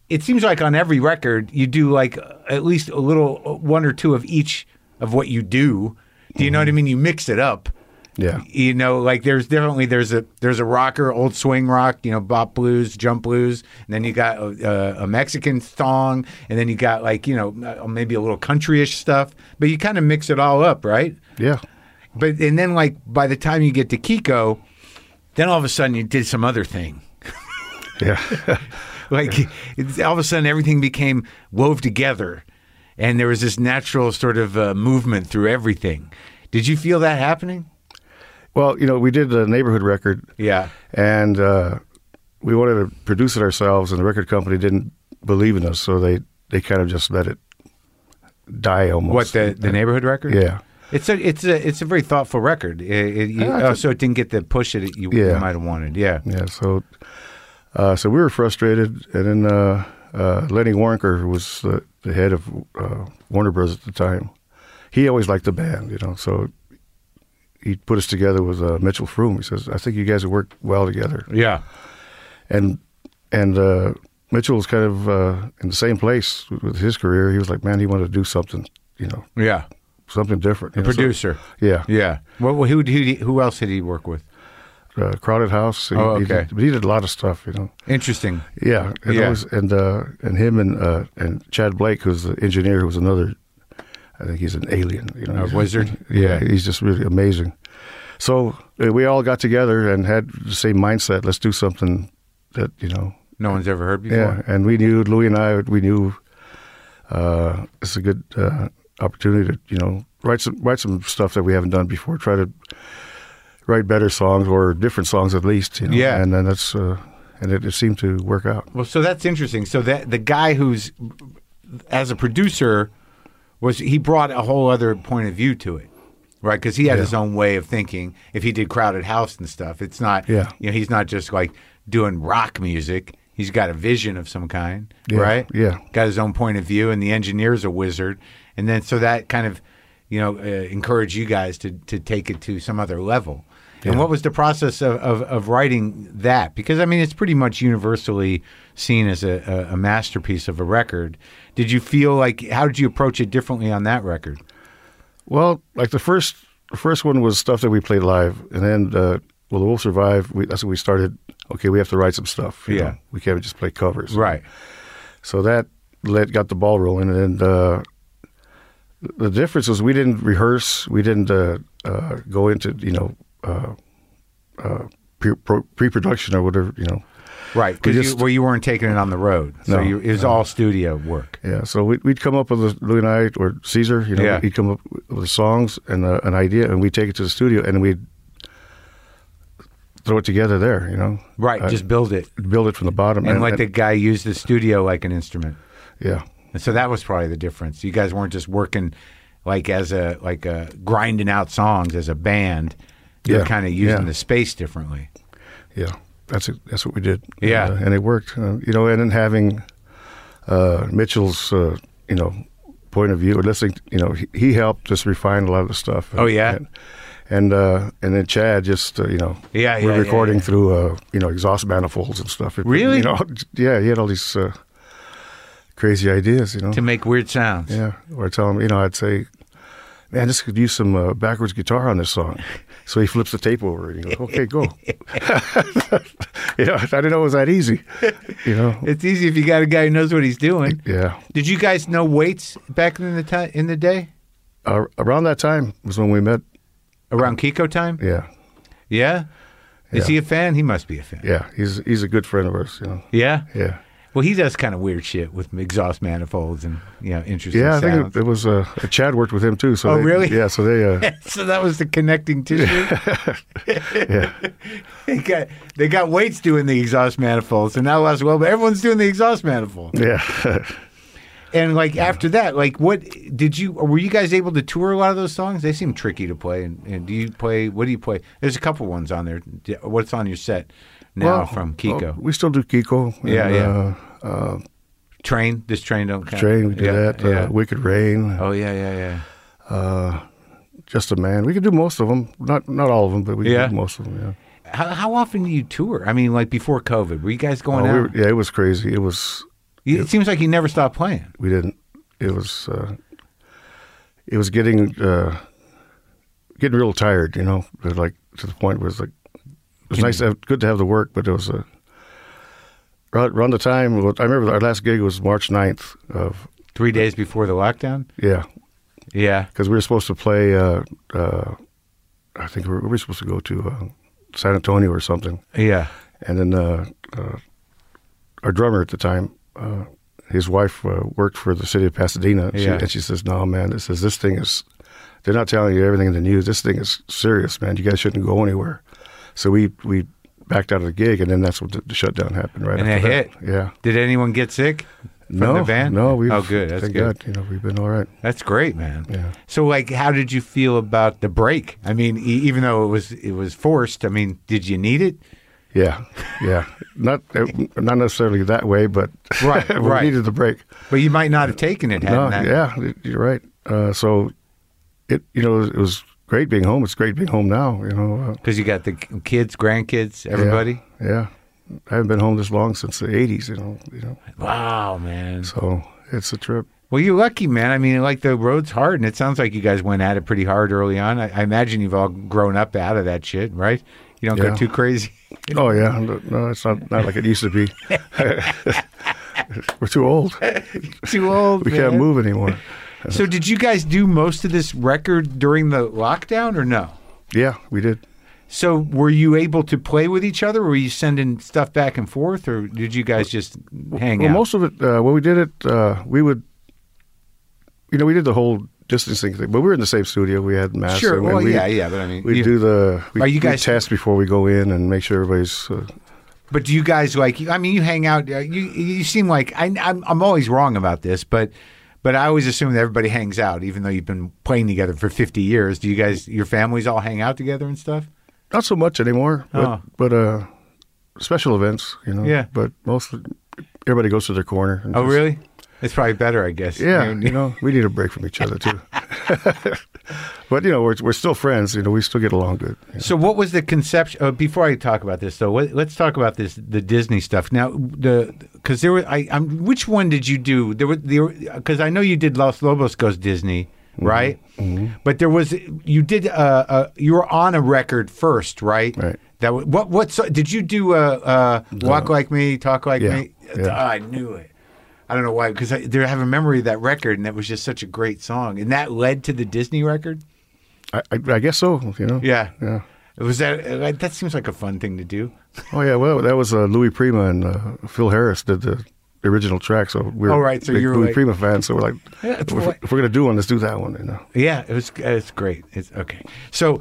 B: it seems like on every record you do like at least a little uh, one or two of each of what you do. Do you know what I mean? You mix it up.
A: Yeah.
B: You know, like there's definitely there's a there's a rocker, old swing rock, you know, bop blues, jump blues, and then you got a, a, a Mexican song, and then you got like you know uh, maybe a little countryish stuff, but you kind of mix it all up, right?
A: Yeah,
B: But and then like by the time you get to Kiko, then all of a sudden you did some other thing.
A: yeah,
B: like it's, all of a sudden everything became wove together and there was this natural sort of uh, movement through everything did you feel that happening
A: well, you know, we did a neighborhood record,
B: yeah
A: and uh, we wanted to produce it ourselves, and the record company didn't believe in us, so they they kind of just let it die almost.
B: what the the neighborhood record
A: Yeah.
B: it's a it's a it's a very thoughtful record it, it, you,
A: Yeah, I
B: oh,
A: thought-
B: so it didn't get the push that it, you,
A: Yeah.
B: might have wanted yeah
A: Yeah, so uh, so we were frustrated, and then uh, uh, Lenny Warnker, who was the, the head of uh, Warner Bros. at the time, he always liked the band, you know. So he put us together with uh, Mitchell Froom. He says, "I think you guys would work well together."
B: yeah
A: And and uh, Mitchell was kind of uh, in the same place with his career. He was like, "Man, he wanted to do something, you know,
B: yeah
A: something different." you know, so-
B: producer
A: yeah,
B: yeah well, who, who who else did he work with
A: Uh, Crowded House. He,
B: Oh,
A: he
B: okay.
A: did, but he did a lot of stuff, you know.
B: interesting
A: Yeah, and
B: Yeah.
A: those- and uh, and him and uh, and Chad Blake, who's the engineer, who was another. I think he's an alien, you know,
B: A
A: he's-
B: wizard?
A: Yeah, he's just really amazing. So uh, we all got together and had the same mindset. Let's do something that you know.
B: no one's ever heard before
A: Yeah, and we knew Louis and I. We knew uh, it's a good uh, opportunity to you know write some write some stuff that we haven't done before. Try to write better songs or different songs at least. You know?
B: Yeah.
A: and then that's uh, and it, it seemed to work out.
B: Well, so that's interesting. So that the guy who's as a producer was he brought a whole other point of view to it, right? Because he had his own way of thinking. If he did crowded house and stuff, it's not.
A: Yeah.
B: you know, he's not just like doing rock music. He's got a vision of some kind,
A: Yeah,
B: right?
A: yeah.
B: got his own point of view, and the engineer's a wizard, and then so that kind of, you know, uh, encouraged you guys to to take it to some other level. And what was the process of, of, of writing that? Because I mean, it's pretty much universally seen as a, a, a masterpiece of a record. Did you feel like how did you approach it differently on that record?
A: Well, like the first the first one was stuff that we played live, and then uh, well, the Wolf Survive. We, that's when we started. Okay, we have to write some stuff. you
B: Yeah.
A: know? we can't just play covers.
B: Right.
A: So that let got the ball rolling, and uh, the difference was we didn't rehearse. We didn't uh, uh, go into you know uh, uh, pre- pro- pre-production or whatever you know.
B: Right.
A: We
B: Because you,
A: just-
B: well, you weren't taking it on the road, so
A: No, Uh,
B: you, it was all studio work.
A: Yeah, so we'd, we'd come up with a, Louis and I or Caesar, you know,
B: Yeah.
A: he'd come up with songs and uh an idea, and we would take it to the studio and we'd throw it together there, you know,
B: Right.
A: Uh,
B: just build it
A: build it from the bottom.
B: and let the guy use the studio like an instrument.
A: yeah,
B: And so that was probably the difference. You guys weren't just working like as a like a grinding out songs as a band. You're
A: Yeah,
B: kind of using
A: yeah.
B: the space differently.
A: yeah, that's it. That's what we did.
B: Yeah.
A: Uh, and it worked, uh, you know. And then having uh, Mitchell's, uh, you know, point of view or listening, you know, he, he helped us refine a lot of the stuff.
B: Oh, yeah?
A: And, and uh, and then Chad just uh, you know
B: Yeah,
A: we're
B: yeah, yeah,
A: recording
B: yeah.
A: through uh, you know exhaust manifolds and stuff.
B: Really?
A: You know, yeah, he had all these uh, crazy ideas. You know,
B: To make weird sounds.
A: yeah. Or I tell him, you know, I'd say, man, this could use some uh, backwards guitar on this song. So he flips the tape over and he goes, okay, go. you know, I didn't know it was that easy. You know,
B: It's easy if you got a guy who knows what he's doing.
A: yeah.
B: Did you guys know weights back in the time in the day
A: Uh, around that time was when we met.
B: around Kiko time?
A: Yeah,
B: Yeah. Is
A: Yeah.
B: he a fan? He must be a fan.
A: yeah. He's he's a good friend of ours. You know.
B: Yeah.
A: Yeah.
B: Well, he does kind of weird shit with exhaust manifolds and you know interesting
A: Yeah, I
B: sounds.
A: think it, it was uh, Chad worked with him too. So
B: Oh,
A: they-
B: really?
A: Yeah, so they uh,
B: so that was the connecting tissue. they got they got weights doing the exhaust manifold, so now less well, but everyone's doing the exhaust manifold.
A: yeah.
B: And like after that, like what did you were you guys able to tour a lot of those songs? They seem tricky to play. And, and do you play? What do you play? There's a couple ones on there. D- What's on your set now
A: Well, oh.
B: from
A: well,
B: Kiko?
A: we still do Kiko.
B: Yeah, yeah.
A: Uh, uh,
B: Train. This train don't count.
A: Train, we do
B: Yeah,
A: that.
B: Yeah.
A: Uh, Wicked Rain,
B: oh yeah, yeah, yeah.
A: Just a Man. We could do most of them. Not not all of them, but we could
B: Yeah.
A: do most of them. Yeah.
B: How, how often do you tour? I mean, like before COVID, were you guys
A: Oh,
B: going
A: we
B: out?
A: were- yeah, it was crazy. It was.
B: You- it seems like you never stopped playing.
A: We didn't. It was. Uh, it was getting uh, getting real tired. You know, It was like to the point where it's like it was nice. To have, good to have the work, but it was a. Around around the time, I remember our last gig was March 9th of,
B: Three days before the lockdown.
A: yeah,
B: Yeah.
A: because we were supposed to play. Uh, uh, I think we were, we were supposed to go to uh, San Antonio or something,
B: Yeah.
A: and then uh, uh, our drummer at the time, uh, his wife uh, worked for the city of Pasadena, She-
B: Yeah.
A: and she says, "No, man, this is this thing is. They're not telling you everything in the news. This thing is serious, man. You guys shouldn't go anywhere." So we we backed out of the gig, and then that's when the, the shutdown happened. Right
B: And
A: after
B: it
A: that.
B: hit.
A: Yeah.
B: Did anyone get sick from
A: no,
B: the band?
A: no, we.
B: Oh, good. That's
A: thank
B: good.
A: God, you know, we've been all right.
B: That's great, man.
A: Yeah.
B: So, like, how did you feel about the break? I mean, e- even though it was it was forced, I mean, did you need it?
A: Yeah, yeah. Not not necessarily that way, but
B: Right,
A: we
B: right.
A: needed the break.
B: But you might not have taken it. Hadn't
A: No,
B: that.
A: yeah, you're right. Uh, so it you know it was great being home. It's great being home now. You know, uh,
B: Because you got the k- kids, grandkids, everybody.
A: Yeah, yeah. I haven't been home this long since the '80s. You know, you know.
B: Wow, man.
A: So it's a trip.
B: Well, you're lucky, man. I mean, like the road's hard, and it sounds like you guys went at it pretty hard early on. I, I imagine you've all grown up out of that shit, right? You don't
A: Yeah.
B: go too crazy.
A: Oh yeah, no, it's not not like it used to be. We're too old.
B: too old.
A: We can't
B: man.
A: move anymore.
B: So, did you guys do most of this record during the lockdown, or no?
A: Yeah, we did.
B: So were you able to play with each other? Were you sending stuff back and forth, or did you guys just hang
A: Well,
B: out?
A: most of it, uh, when we did it, uh, we would, you know, we did the whole distancing thing, but we were in the same studio. We had masks.
B: sure.
A: and
B: Well,
A: we,
B: yeah, yeah. But I mean,
A: We
B: you-
A: do the. We,
B: Are you
A: we
B: guys-
A: test before we go in and make sure everybody's. Uh,
B: But do you guys like? I mean, you hang out. uh, You you seem like I, I'm. I'm always wrong about this, but but I always assume that everybody hangs out, even though you've been playing together for 50 years. Do you guys, your families, all hang out together and stuff?
A: not so much anymore, but,
B: Oh.
A: but uh, special events, you know.
B: Yeah.
A: But most everybody goes to their corner. and
B: Oh,
A: just-
B: really? It's probably better, I guess.
A: Yeah,
B: You know,
A: you know, we need a break from each other too. but you know, we're we're still friends. You know, we still get along good. you know.
B: So, what was the conception? Uh, before I talk about this, though, let, let's talk about this the Disney stuff now. The because there were I, I'm which one did you do? There were the because I know you did Los Lobos goes Disney,
A: Mm-hmm.
B: right? But there was you did uh, uh you were on a record first, right?
A: Right.
B: That wa- what what so, did you do? Uh, uh, Walk like me, talk like
A: Yeah,
B: me. Oh,
A: yeah.
B: I knew it. I don't know why because I, there I have a memory of that record and that was just such a great song and that led to the Disney record.
A: I, I I guess so. You know.
B: Yeah.
A: Yeah.
B: Was that uh, that seems like a fun thing to do?
A: Oh yeah, well that was uh, Louis Prima and uh, Phil Harris did the original track, so we're
B: Oh, right, so
A: big
B: you were
A: Louis
B: like-
A: Prima fans, so we're like, if,
B: boy.
A: if we're gonna do one, let's do that one. You know,
B: Yeah, it was. uh, It's great. It's okay. So,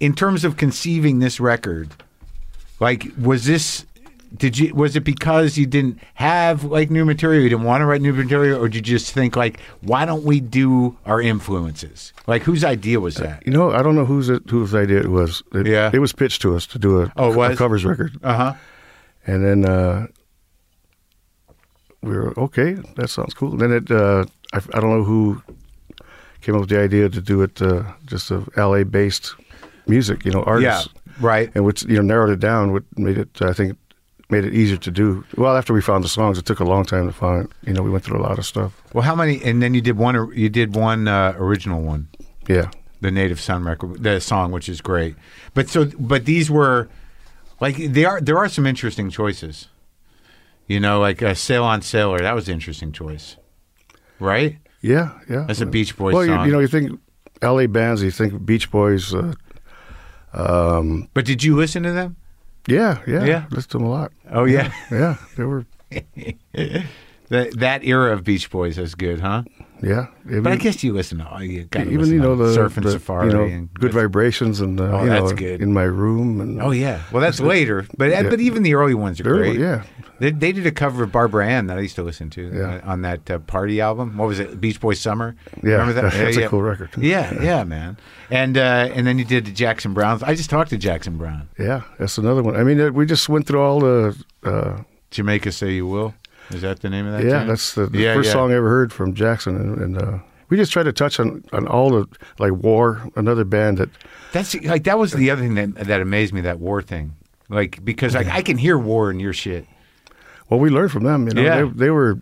B: in terms of conceiving this record, like, was this? Did you? Was it because you didn't have like new material? You didn't want to write new material, or did you just think like, why don't we do our influences? Like, whose idea was that?
A: you know, I don't know whose it, whose idea it was. It,
B: Yeah.
A: it was pitched to us to do a,
B: Oh, it
A: a
B: was?
A: covers record,
B: Uh huh.
A: and then uh, we were okay. That sounds cool. Then it, uh, I, I don't know who came up with the idea to do it, uh, just of LA based music, you know,
B: Yeah.
A: artists.
B: Right.
A: and which you know narrowed it down, what made it I think made it easier to do. Well, after we found the songs, it took a long time to find. You know, we went through a lot of stuff.
B: Well, how many? And then you did one. or- You did one uh, original one.
A: Yeah,
B: the native son record the song which is great but so but these were like they are there are some interesting choices you know like uh, sail on sailor that was an interesting choice right
A: yeah, yeah.
B: That's a Beach Boys
A: Well, you- You,
B: song.
A: know, you think L.A. bands, you think Beach Boys. Uh,
B: but did you listen to them
A: yeah, yeah,
B: Yeah.
A: Listened to them a lot.
B: oh yeah
A: Yeah, they were.
B: that, that era of beach boys is good huh
A: Yeah, I
B: but i
A: mean,
B: guess you listen to all you got
A: even you know the
B: surf and
A: the,
B: safari
A: you know,
B: and
A: good vibrations and uh,
B: Oh,
A: you know,
B: that's good.
A: in my room and
B: oh yeah well that's later but
A: Yeah.
B: but even the early ones are
A: Early,
B: great
A: yeah.
B: they, they did a cover of Barbara Ann that I used to listen to
A: Yeah.
B: uh, on that uh, party album. What was it? Beach Boy Summer.
A: Yeah,
B: Remember that?
A: that's
B: yeah,
A: a
B: yeah.
A: cool record.
B: Yeah, yeah, man. And uh, and then you did the Jackson Browns. I just talked to Jackson Brown.
A: yeah, that's another one. I mean, uh, we just went through all the. Uh,
B: Jamaica Say You Will. Is that the name of that?
A: Yeah,
B: jam?
A: that's the, the
B: Yeah,
A: first
B: yeah.
A: song I ever heard from Jackson, and, and uh, we just tried to touch on, on all the like War, another band that
B: That's like that was the other thing that that amazed me that war thing, like because like I can hear war in your shit.
A: well we learned from them. You know,
B: Yeah.
A: they, they were,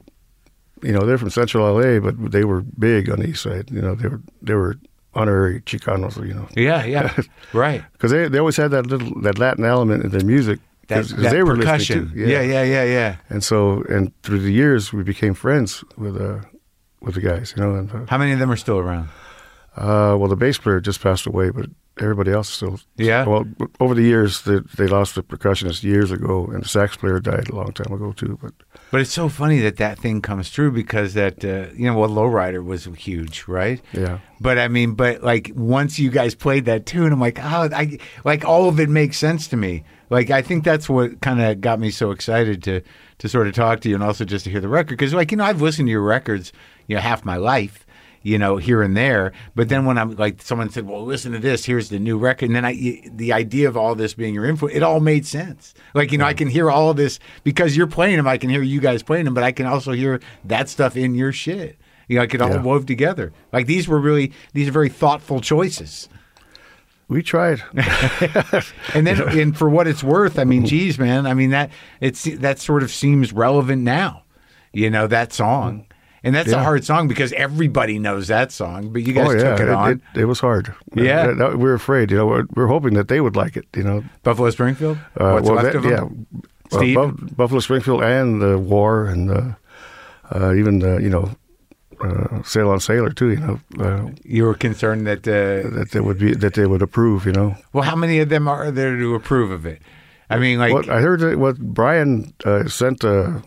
A: you know, they're from Central LA, but they were big on the East Side. You know, they were they were honorary Chicanos. You know,
B: Yeah, yeah, right.
A: because they they always had that little that Latin element in their music.
B: That,
A: 'cause- 'cause
B: that
A: they were listening
B: percussion.
A: too.
B: yeah, yeah, yeah, yeah.
A: And so, and through the years, we became friends with uh, with the guys, you know. And uh,
B: How many of them are still around?
A: uh, well, the bass player just passed away, but everybody else is still.
B: Yeah.
A: Well, over the years, they, they lost the percussionist years ago, and the sax player died a long time ago too. But
B: But it's so funny that that thing comes through because that uh, you know, well, Lowrider was huge, right?
A: Yeah.
B: But I mean, but like once you guys played that tune, I'm like, oh, I like all of it makes sense to me. Like I think that's what kind of got me so excited to to sort of talk to you and also just to hear the record because like you know I've listened to your records you know half my life you know here and there but then when I'm like someone said well listen to this here's the new record and then I y- the idea of all this being your influence it all made sense like you know I can hear all of this because you're playing them I can hear you guys playing them but I can also hear that stuff in your shit you know, I could all
A: Yeah.
B: wove together. Like these were really these are very thoughtful choices.
A: we tried.
B: And then, and for what it's worth, I mean, geez, man, I mean that it's that sort of seems relevant now. You know that song, and that's a
A: Yeah.
B: hard song because everybody knows that song. But you guys
A: oh yeah,
B: took it, on
A: It, it was hard.
B: Yeah.
A: That- that- we were afraid. You know, we we're hoping that they would like it. You know,
B: Buffalo Springfield.
A: Uh,
B: What's
A: well,
B: left
A: that-
B: of 'Em?
A: Yeah, Uh,
B: Steve?
A: Buff- Buffalo Springfield and the war and uh, uh, even uh, you know uh, Sail on Sailor too. You know uh,
B: You were concerned that. Uh,
A: that they would be that they would approve. You know,
B: well, how many of them are there to approve of it? I mean, like,
A: what I heard that what Brian uh, sent uh,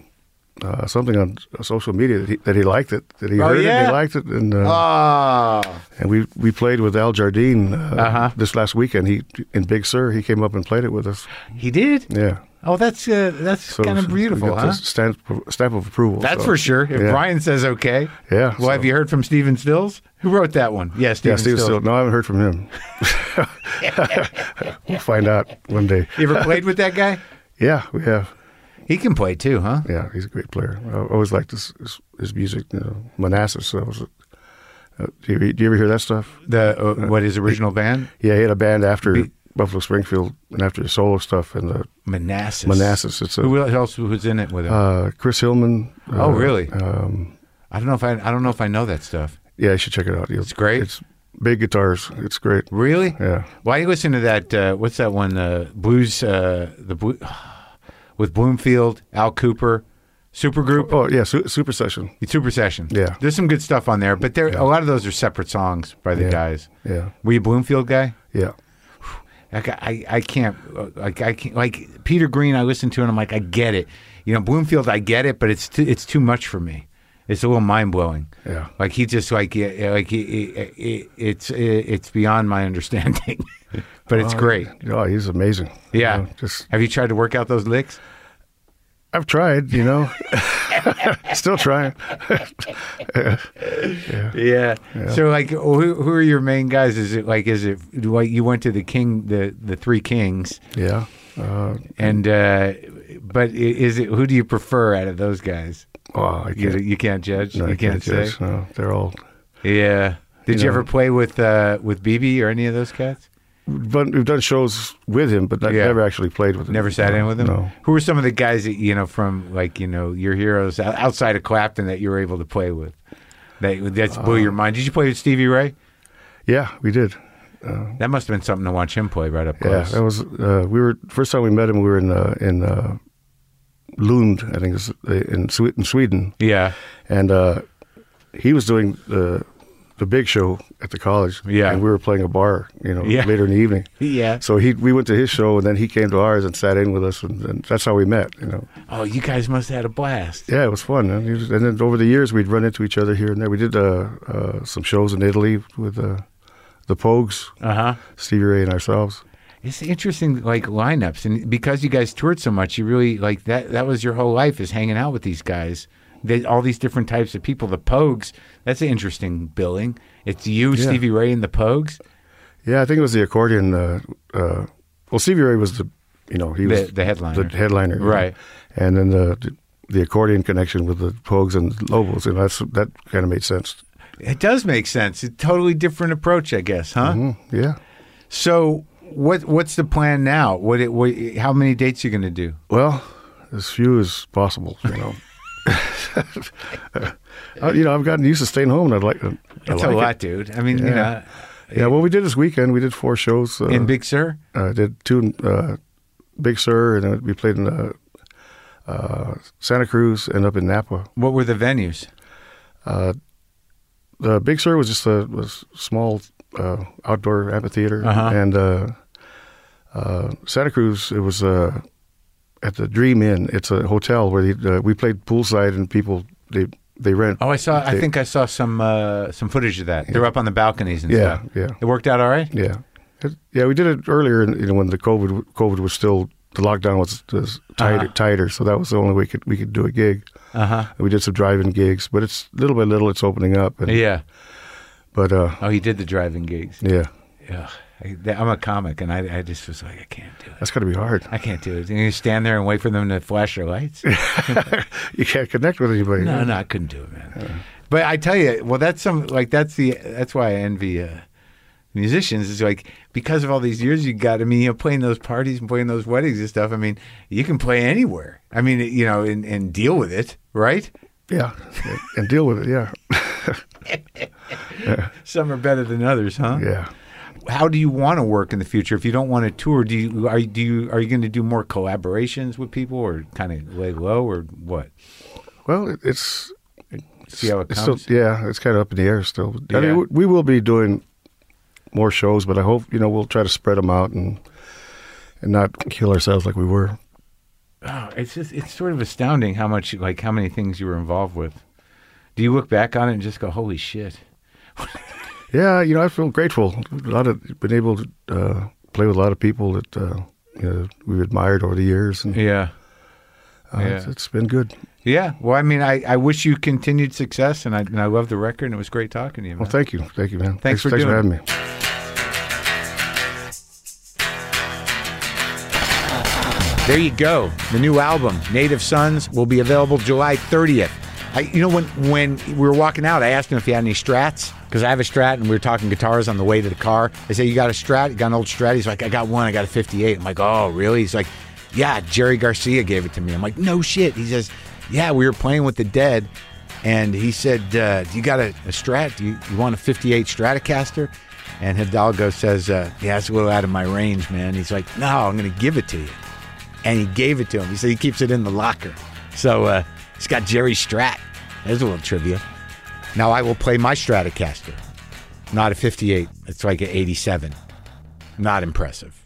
A: uh, something on social media that he, that he liked it that he
B: Oh,
A: heard it and
B: yeah.
A: he liked it and uh,
B: oh,
A: and we we played with Al Jardine uh,
B: Uh-huh.
A: this last weekend. He in Big Sur he came up and played it with us.
B: he did.
A: Yeah.
B: Oh, that's uh, that's kind
A: we
B: of beautiful,
A: got the
B: huh?
A: Stamp, stamp of approval.
B: That's
A: so,
B: for sure. If
A: yeah.
B: Brian says okay.
A: Yeah,
B: Well, have
A: so-
B: you heard from Steven Stills? Who wrote that one? Yeah, Steven,
A: Yeah, Steve
B: Stills.
A: still. No, I haven't heard from him. we'll find out one day.
B: You ever played with that guy?
A: Yeah, we have.
B: He can play too, huh?
A: Yeah, he's a great player. I always liked his his, his music. You know, Manassas. That was. Uh, do, you, do you ever hear that stuff?
B: The uh, what his original band,
A: Yeah, he had a band after Buffalo Springfield and after his solo stuff and uh,
B: Manassas.
A: Manassas. It's a
B: Who else was in it with him?
A: uh, Chris Hillman. Uh,
B: oh, really?
A: Um,
B: I don't know if I I don't know if I know that stuff.
A: yeah, you should check it out. You'll-
B: It's great.
A: It's big guitars. It's great.
B: Really?
A: Yeah.
B: Why you listen to that? Uh, what's that one? Uh, blues. Uh, the blue, with Bloomfield, Al Cooper, Supergroup.
A: Oh yeah, su- Super Session.
B: Super Session.
A: Oh. Yeah.
B: There's some good stuff on there, but there a lot of those are separate songs by the
A: Yeah.
B: guys.
A: Yeah.
B: Were you a Bloomfield guy?
A: Yeah.
B: Like I, I can't like I can't like Peter Green. I listen to and I'm like I get it. You know Bloomfield, I get it, but it's too, it's too much for me. It's a little mind blowing.
A: Yeah.
B: like he just like yeah, yeah, like he, he- he- it's it's beyond my understanding, but it's great.
A: Oh, he's amazing. You
B: Yeah,
A: know, just
B: have you tried to work out those licks?
A: I've tried, you know. Still trying.
B: Yeah. So like, who, who are your main guys? Is it like is it like you went to the king the the three kings
A: Yeah. Uh,
B: and uh but i- is it who do you prefer out of those guys?
A: oh, I
B: You,
A: can't.
B: you can't judge.
A: no, I
B: you can't, say.
A: judge. No, they're all.
B: Yeah. Did you,
A: You
B: ever
A: know.
B: play with uh, with BB or any of those cats?
A: But we've done shows with him, but I
B: Yeah.
A: never actually played with him.
B: Never sat in with them.
A: No.
B: Who were some of the guys that you know from like you know your heroes o- outside of Clapton that you were able to play with? That that's blew
A: Uh,
B: your mind. Did you play with Stevie Ray?
A: Yeah, we did.
B: That must have been something to watch him play right up
A: Yeah,
B: close.
A: that was. Uh, we were first time we met him. We were in uh, in uh, Lund, I think, it's uh, in Swe- in Sweden,
B: yeah.
A: and uh, he was doing the the big show at the college.
B: Yeah.
A: and we were playing a bar, you know,
B: Yeah.
A: later in the evening.
B: Yeah.
A: So he, we went to his show, and then he came to ours and sat in with us, and, and that's how we met. You know,
B: Oh, you guys must have had a blast.
A: yeah, it was fun. And, he was- and then over the years, we'd run into each other here and there. We did uh, uh, some shows in Italy with uh, the Pogues,
B: Uh huh.
A: Stevie Ray, and ourselves.
B: It's interesting, like lineups, and because you guys toured so much, you really like that. That was your whole life is hanging out with these guys, they, all these different types of people. The Pogues, that's an interesting billing. It's you,
A: Yeah.
B: Stevie Ray, and the Pogues,
A: Yeah, I think it was the accordion. Uh, uh, well, Stevie Ray was the, you know, he
B: the,
A: was
B: the headliner.
A: the headliner, you know.
B: Right.
A: And then the, the accordion connection with the Pogues and Lobos, and that's that kind of made sense.
B: It does make sense. It's a totally different approach, I guess, huh?
A: Mm, yeah.
B: So what what's the plan now? What, it, what how many dates you going to do?
A: Well, as few as possible, you know. Uh, you know, I've gotten used to staying home, and I'd like. I
B: It's
A: like
B: a
A: it.
B: lot, dude. I mean, you know,
A: Yeah, well, we did this weekend. We did four shows. Uh,
B: in Big Sur,
A: uh, did two in uh, Big Sur, and then we played in uh, uh, Santa Cruz and up in Napa.
B: what were the venues?
A: The Big Sur was just a was small uh, outdoor amphitheater,
B: Uh-huh.
A: and uh, uh, Santa Cruz it was uh, at the Dream Inn. It's a hotel where they, uh, we played poolside, and people they they rent.
B: Oh, I saw. I
A: They-
B: think I saw some uh, some footage of that. They're up on the balconies and
A: Yeah,
B: stuff.
A: yeah.
B: It worked out all right.
A: Yeah, It- yeah, we did it earlier, you know, when the COVID COVID was still the lockdown was, was
B: Uh-huh.
A: tighter, tighter, so that was the only way we could we could do a gig.
B: Uh huh.
A: We did some drive-in gigs, but it's little by little it's opening up. And,
B: Yeah.
A: But uh,
B: Oh, he did the driving gigs.
A: yeah,
B: Ugh. I, I'm a comic, and I, I just was like, I can't do it.
A: that's got to be hard.
B: I can't do it. And you stand there and wait for them to flash their lights.
A: You can't connect with anybody.
B: No, no, I couldn't do it, man. But I tell you, well, that's some like that's the that's why I envy uh, musicians. It's like because of all these years you got. I mean, you know, playing those parties and playing those weddings and stuff. I mean, you can play anywhere. I mean, you know, and, and deal with it, right?
A: Yeah, and deal with it. Yeah,
B: Some are better than others, huh?
A: yeah.
B: How do you want to work in the future? If you don't want to tour, do you are you, do you are you going to do more collaborations with people, or kind of lay low, or what?
A: Well, it, it's
B: See how it
A: it's
B: comes.
A: still yeah, it's kind of up in the air still. I
B: Yeah.
A: mean, we we will be doing more shows, but I hope you know we'll try to spread them out and and not kill ourselves like we were.
B: Oh, it's just it's sort of astounding how much like how many things you were involved with. Do you look back on it and just go, "Holy shit"?
A: Yeah, you know, I feel grateful. A lot of been able to uh, play with a lot of people that uh, you know, we've admired over the years, and uh,
B: Yeah,
A: it's- it's been good.
B: Uh, yeah. Well, I mean, I, I wish you continued success, and I and I love the record, and it was great talking to you. Man.
A: Well, thank you, thank you, man.
B: Thanks for
A: thanks
B: doing
A: for
B: it.
A: having me.
B: There you go. The new album, Native Sons, will be available July 30th. I, you know, when when we were walking out, I asked him if he had any strats because I have a strat, and we were talking guitars on the way to the car. I said, "You got a strat? You got an old strat?" He's like, "I got one. I got a '58." I'm like, "Oh, really?" He's like, "Yeah, Jerry Garcia gave it to me." I'm like, "No shit." He says, "Yeah, we were playing with the Dead." And he said, uh, "Do you got a, a Strat? Do you, you want a '58 Stratocaster?" And Hidalgo says, uh, "Yeah, it's a little out of my range, man." He's like, "No, I'm going to give it to you." and he gave it to him. He said he keeps it in the locker. So uh, he's got Jerry Strat. There's a little trivia. Now I will play my Stratocaster. Not a 58. It's like an 87. Not impressive.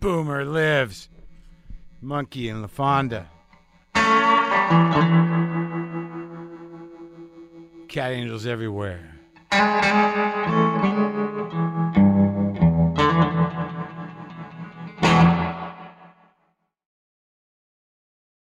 B: Boomer lives. Monkey and LaFonda. Cat angels everywhere.